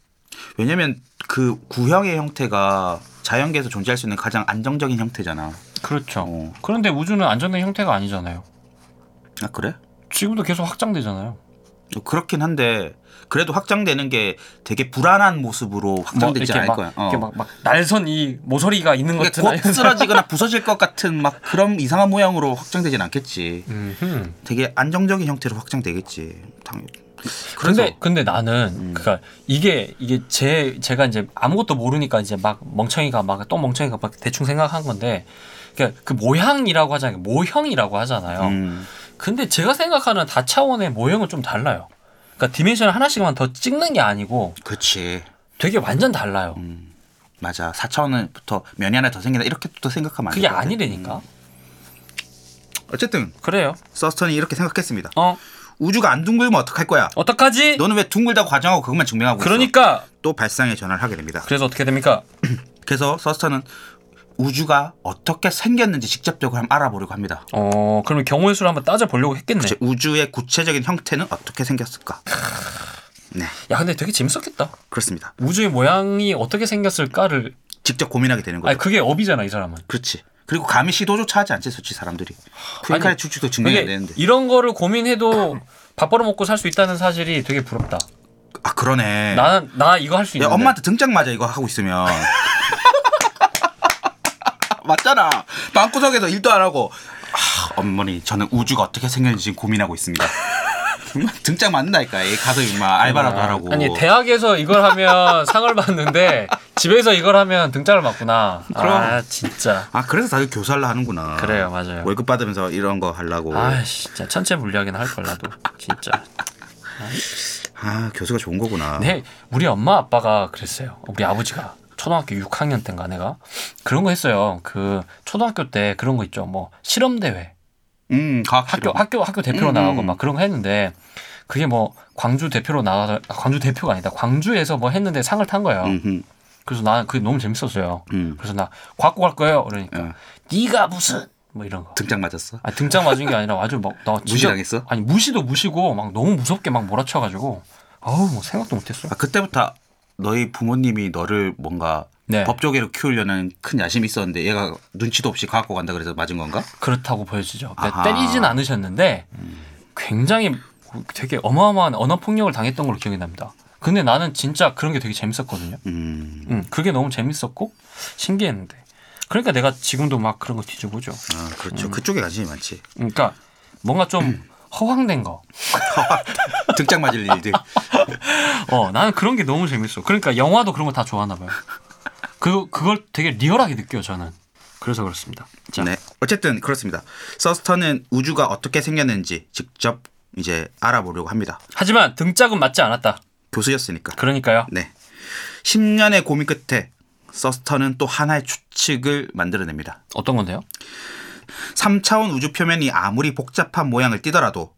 왜냐면 그 구형의 형태가 자연계에서 존재할 수 있는 가장 안정적인 형태잖아. 그렇죠. 어. 그런데 우주는 안전된 형태가 아니잖아요. 아 그래? 지금도 계속 확장되잖아요. 그렇긴 한데 그래도 확장되는 게 되게 불안한 모습으로 확장되지 않을 막, 거야. 뭐 이렇게 어. 막, 막 날선 이 모서리가 있는 것 그러니까 곧 같은 쓰러지거나 부서질 것 같은 막 그런 이상한 모양으로 확장되진 않겠지. 음흠. 되게 안정적인 형태로 확장되겠지. 당... 그래서 음. 근데 근데 나는 그니까 이게 이게 제 제가 이제 아무것도 모르니까 이제 막 멍청이가 막 또 멍청이가 막 대충 생각한 건데 그러니까 그 모양이라고 하잖아요 모형이라고 하잖아요 음, 근데 제가 생각하는 다차원의 모형은 좀 달라요 그러니까 디멘션을 하나씩만 더 찍는 게 아니고 그렇지. 되게 완전 달라요 음. 맞아. 4차원부터 면이 하나 더 생긴다. 이렇게 또 생각하면 안 그게 될 것 같아. 아니라니까 음. 어쨌든 그래요 서스턴이 이렇게 생각했습니다. 어 우주가 안 둥글면 어떡할 거야? 어떡하지 너는 왜 둥글다고 과장하고 그것만 증명하고 있어? 그러니까 또 발상의 전환을 하게 됩니다. 그래서 어떻게 됩니까 그래서 서스턴은 우주가 어떻게 생겼는지 직접적으로 한번 알아보려고 합니다. 어 그러면 경우의 수를 한번 따져 보려고 했겠네 이제 우주의 구체적인 형태는 어떻게 생겼을까? 네, 야 근데 되게 재밌었겠다 그렇습니다. 우주의 모양이 어떻게 생겼을까를 직접 고민하게 되는 거죠. 아니 그게 업이잖아 이 사람은. 그렇지. 그리고 감히 시도조차 하지 않지, 솔직히 사람들이. 푸이카의 추측도 증명이 안 이게 되는데. 이런 거를 고민해도 밥 벌어 먹고 살 수 있다는 사실이 되게 부럽다. 아, 그러네. 나나 이거 할 수 내 있는데. 네, 엄마한테 등짝 맞아, 이거 하고 있으면. 맞잖아. 방구석에서 일도 안 하고. 아, 어머니, 저는 우주가 어떻게 생겼는지 지금 고민하고 있습니다. 등짝 맞는다니까. 얘 가서 임마 알바라도 하라고. 아니 대학에서 이걸 하면 상을 받는데 집에서 이걸 하면 등짝을 맞구나. 아 그럼. 진짜. 아 그래서 다들 교사를 하는구나. 그래요, 맞아요. 월급 받으면서 이런 거 하려고. 아 아, 진짜 천체 물리학이나 할걸 나도 진짜. 아, 교수가 좋은 거구나. 네 우리 엄마 아빠가 그랬어요. 우리 아버지가 초등학교 6학년 때인가 내가 그런 거 했어요. 그 초등학교 때 그런 거 있죠. 뭐 실험 대회. 음, 과학 학교 학교 학교 학교 대표로 음, 나가고 음. 막 그런 거 했는데 그게 뭐 광주 대표로 나가 광주 대표가 아니다 광주에서 뭐 했는데 상을 탄 거예요. 음, 그래서 나 그게 너무 재밌었어요. 음. 그래서 나 과고 갈 거예요. 그러니까 어. 네가 무슨 뭐 이런 거. 등짝 맞았어. 아 등짝 맞은 게 아니라 아주 막나 무시당했어? 아니 무시도 무시고 막 너무 무섭게 막 몰아쳐가지고 아우 뭐 생각도 못했어. 아, 그때부터 너희 부모님이 너를 뭔가 네. 법조계로 키우려는 큰 야심이 있었는데 얘가 눈치도 없이 과학고 간다 그래서 맞은 건가? 그렇다고 보여지죠. 그러니까 아하. 음. 때리진 않으셨는데 굉장히 되게 어마어마한 언어 폭력을 당했던 걸로 기억이 납니다. 근데 나는 진짜 그런 게 되게 재밌었거든요. 음. 음, 그게 너무 재밌었고 신기했는데. 그러니까 내가 지금도 막 그런 거 뒤져보죠. 아, 그렇죠. 그쪽에 관심이 많지. 그러니까 뭔가 좀 허황된 거. 등짝 맞을 일들. 어, 나는 그런 게 너무 재밌어. 그러니까 영화도 그런 거 다 좋아하나 봐요. 그 그걸 되게 리얼하게 느껴요, 저는. 그래서 그렇습니다. 자. 네. 어쨌든 그렇습니다. 서스턴은 우주가 어떻게 생겼는지 직접 이제 알아보려고 합니다. 하지만 등짝은 맞지 않았다. 교수였으니까. 그러니까요. 네. 10년의 고민 끝에 서스턴은 또 하나의 추측을 만들어냅니다. 어떤 건데요? 3차원 우주 표면이 아무리 복잡한 모양을 띠더라도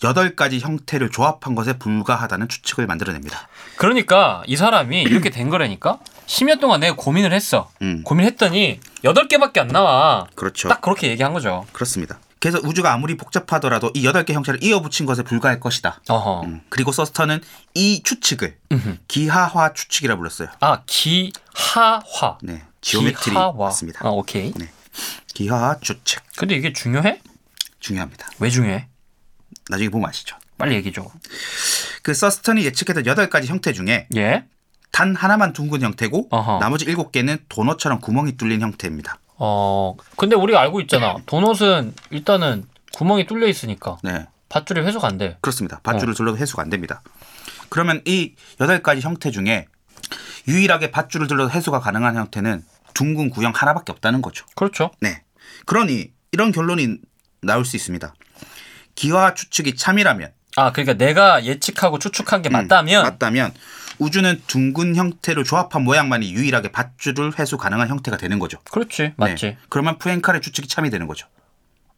8가지 형태를 조합한 것에 불과하다는 추측을 만들어냅니다. 그러니까 이 사람이 이렇게 된 거라니까 10년 동안 내가 고민을 했어. 음. 고민했더니 8개밖에 안 나와. 그렇죠. 딱 그렇게 얘기한 거죠. 그렇습니다. 그래서 우주가 아무리 복잡하더라도 이 8개 형태를 이어붙인 것에 불과할 것이다. 어허. 음, 그리고 서스턴은 이 추측을 기하화 추측이라 불렀어요. 아, 기하화. 네. 지오메트리 기하와. 맞습니다. 아, 오케이. 네. 기하화 추측 근데 이게 중요해? 중요합니다. 왜 중요해? 나중에 보면 아시죠. 빨리 얘기 줘. 그 서스턴이 예측했던 8가지 형태 중에 예. 단 하나만 둥근 형태고 어허. 나머지 일곱 개는 도넛처럼 구멍이 뚫린 형태입니다. 어, 근데 우리가 알고 있잖아. 도넛은 일단은 구멍이 뚫려 있으니까 네, 밧줄이 회수가 안 돼. 그렇습니다. 네. 밧줄을 둘러도 해수가 안 됩니다. 그러면 이 여덟 가지 형태 중에 유일하게 밧줄을 둘러도 해수가 가능한 형태는 둥근 구형 하나밖에 없다는 거죠. 그렇죠. 네. 그러니 이런 결론이 나올 수 있습니다. 기하 추측이 참이라면 아 그러니까 내가 예측하고 추측한 게 맞다면 음, 맞다면 우주는 둥근 형태로 조합한 모양만이 유일하게 밧줄을 회수 가능한 형태가 되는 거죠. 그렇지 네. 맞지. 그러면 푸엔카의 추측이 참이 되는 거죠.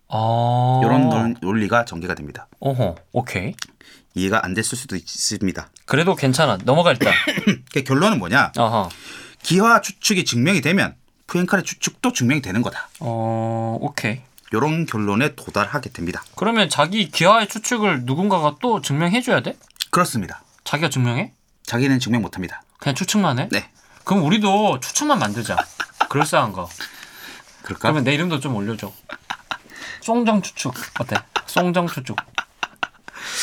아 이런 논- 논리가 전개가 됩니다. 어허 오케이. 이해가 안 됐을 수도 있습니다. 그래도 괜찮아 넘어가 일단. 그 결론은 뭐냐? 어허. 기하 추측이 증명이 되면 푸엔카의 추측도 증명이 되는 거다. 어 오케이. 이런 결론에 도달하게 됩니다. 그러면 자기 기하의 추측을 누군가가 또 증명해줘야 돼? 그렇습니다. 자기가 증명해? 자기는 증명 못합니다. 그냥 추측만 해? 네, 그럼 우리도 추측만 만들자. 그럴싸한 거. 그럴까? 그러면 내 이름도 좀 올려줘. 송정 추측 어때? 송정 추측.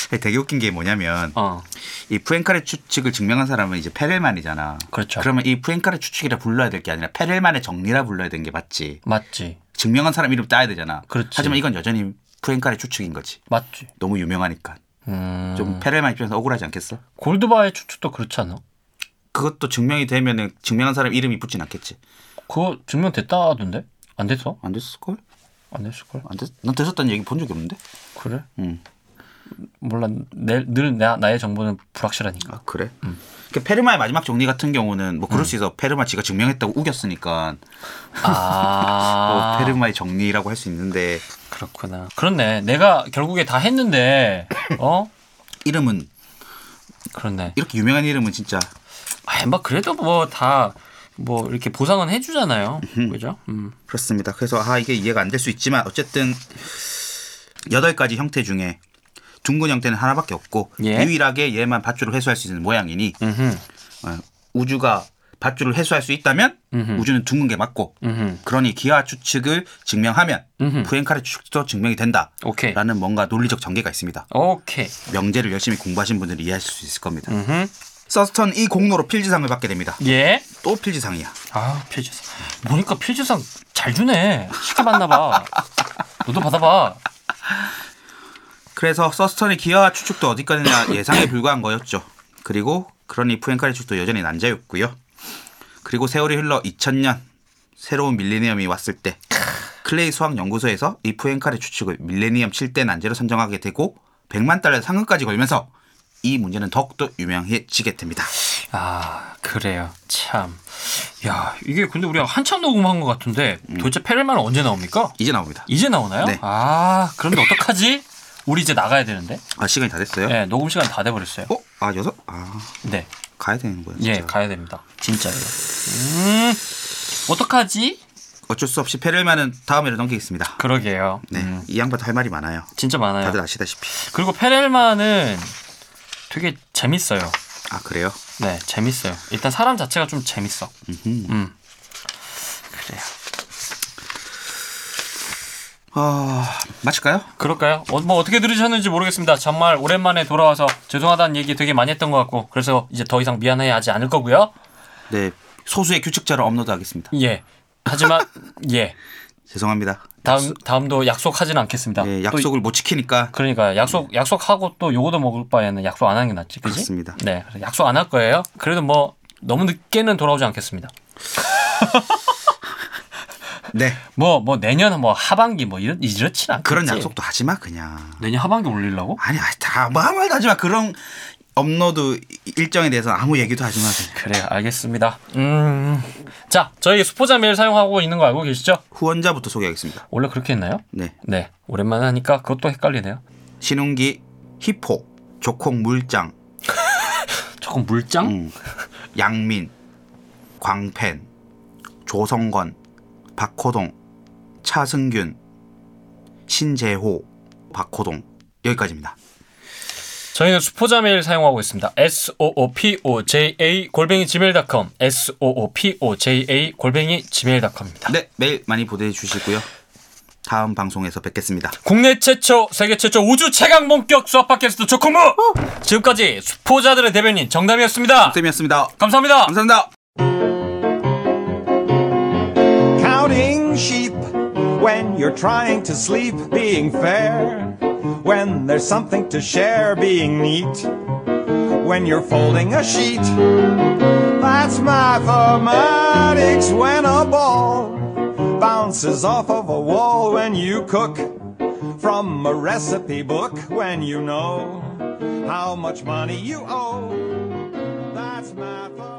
네, 되게 웃긴 게 뭐냐면 어. 이 푸엔카의 추측을 증명한 사람은 이제 페렐만이잖아. 그렇죠. 그러면 이 푸엔카의 추측이라 불러야 될 게 아니라 페렐만의 정리라 불러야 되는 게 맞지. 맞지. 증명한 사람 이름 따야 되잖아. 그렇지. 하지만 이건 여전히 푸엔카의 추측인 거지. 맞지. 너무 유명하니까. 음. 좀 페렐만 입장에서 억울하지 않겠어? 골드바의 추측도 그렇지 않아? 그것도 증명이 되면은 증명한 사람 이름이 붙진 않겠지. 그거 증명됐다 하던데? 안 됐어? 안 됐을걸? 안 됐을걸? 안 됐? 난 됐었다는 얘기 본 적이 없는데. 그래? 음. 몰라. 내, 늘 나, 나의 정보는 불확실하니까. 아 그래? 음. 그 페르마의 마지막 정리 같은 경우는 뭐 그럴 수 있어. 페르마 지가 증명했다고 우겼으니까 아. 뭐 페르마의 정리라고 할 수 있는데 그렇구나. 그렇네. 내가 결국에 다 했는데, 어? 이름은 그렇네. 이렇게 유명한 이름은 진짜 아, 막 그래도 뭐 다 뭐 이렇게 보상은 해주잖아요. 그죠? 음. 그렇습니다. 그래서 아 이게 이해가 안 될 수 있지만 어쨌든 여덟 가지 형태 중에 둥근 형태는 하나밖에 없고 예. 유일하게 얘만 밧줄을 회수할 수 있는 모양이니 음흠. 어, 우주가 밧줄을 회수할 수 있다면 우주는 둥근 게 맞고 음흠. 그러니 기하 추측을 증명하면 음흠. 푸엔카르 추측도 증명이 된다라는 오케이. 뭔가 논리적 전개가 있습니다. 오케이. 명제를 열심히 공부하신 분들이 이해하실 수 있을 겁니다. 음흠. 서스턴 이 공로로 필지상을 받게 됩니다. 예. 또 필지상이야. 아, 필지상. 보니까 필지상 잘 주네. 쉽게 받나봐. 너도 받아봐. 그래서 서스턴의 기하 추측도 어디까지나 예상에 불과한 거였죠. 그리고 그러니 푸엔카르 추측도 여전히 난자였고요. 그리고 세월이 흘러 2000년 새로운 밀레니엄이 왔을 때 클레이 수학 연구소에서 이 푸엔카르 추측을 밀레니엄 7대 난제로 선정하게 되고 100만 달러 상금까지 걸면서 이 문제는 더욱더 유명해지게 됩니다. 아, 그래요. 참. 야, 이게 근데 우리가 한참 녹음한 것 같은데 도대체 페를만은 언제 나옵니까? 이제 나옵니다. 이제 나오나요? 네. 아, 그런데 어떡하지? 우리 이제 나가야 되는데. 아 시간이 다 됐어요? 네, 녹음 시간 다 돼버렸어요. 어? 아 여섯? 아 네. 가야 되는 거예요. 예, 진짜. 가야 됩니다. 진짜로. 음, 어떡하지? 어쩔 수 없이 페렐만은 다음으로 넘기겠습니다. 그러게요. 네, 음, 네. 이 양반도 할 말이 많아요. 진짜 많아요. 다들 아시다시피. 그리고 페렐만은 되게 재밌어요. 아 그래요? 네, 재밌어요. 일단 사람 자체가 좀 재밌어. 음. 그래요. 아 마칠까요? 그럴까요? 어, 뭐 어떻게 들으셨는지 모르겠습니다. 정말 오랜만에 돌아와서 죄송하다는 얘기 되게 많이 했던 것 같고 그래서 이제 더 이상 미안해하지 않을 거고요. 네, 소수의 규칙자를 업로드하겠습니다. 예. 하지만 예. 죄송합니다. 다음 다음도 약속하지는 않겠습니다. 네, 아, 또, 약속을 못 지키니까 그러니까 약속 약속하고 또 요거도 먹을 바에는 약속 안 하는 게 낫지. 그지? 그렇습니다. 네. 그래서 약속 안 할 거예요. 그래도 뭐 너무 늦게는 돌아오지 않겠습니다. 네 뭐 뭐 내년 뭐 하반기 뭐 이런 이렇진 않겠지. 그런 약속도 하지 마 그냥. 내년 하반기 올리려고? 아니 다뭐 아무 말도 하지 마 그런 업로드 일정에 대해서 아무 얘기도 하지 마. 그냥. 그래요. 알겠습니다. 음. 자, 저희 수포자 메일 사용하고 있는 거 알고 계시죠? 후원자부터 소개하겠습니다. 원래 그렇게 했나요? 네, 네. 오랜만에 하니까 그것도 헷갈리네요. 신웅기 히포 조콩 물장 조금 물장? 음. 양민, 광팬, 조성건, 박호동, 차승균, 신재호, 박호동 여기까지입니다. 저희는 수포자 메일 사용하고 있습니다. s o o p o j a 골뱅이 gmail.com s o o p o j a 골뱅이 gmail.com입니다. 네, 매일 많이 보내 주시고요. 다음 방송에서 뵙겠습니다. 국내 최초, 세계 최초 우주 최강 본격 수학 팟캐스트 조콩무! 지금까지 수포자들의 대변인 정담이었습니다. 쌤이었습니다. 네. 감사합니다. 감사합니다. counting sheep when you're trying to sleep, being fair, when there's something to share, being neat, when you're folding a sheet. That's mathematics when a ball bounces off of a wall when you cook from a recipe book when you know how much money you owe. That's my fault.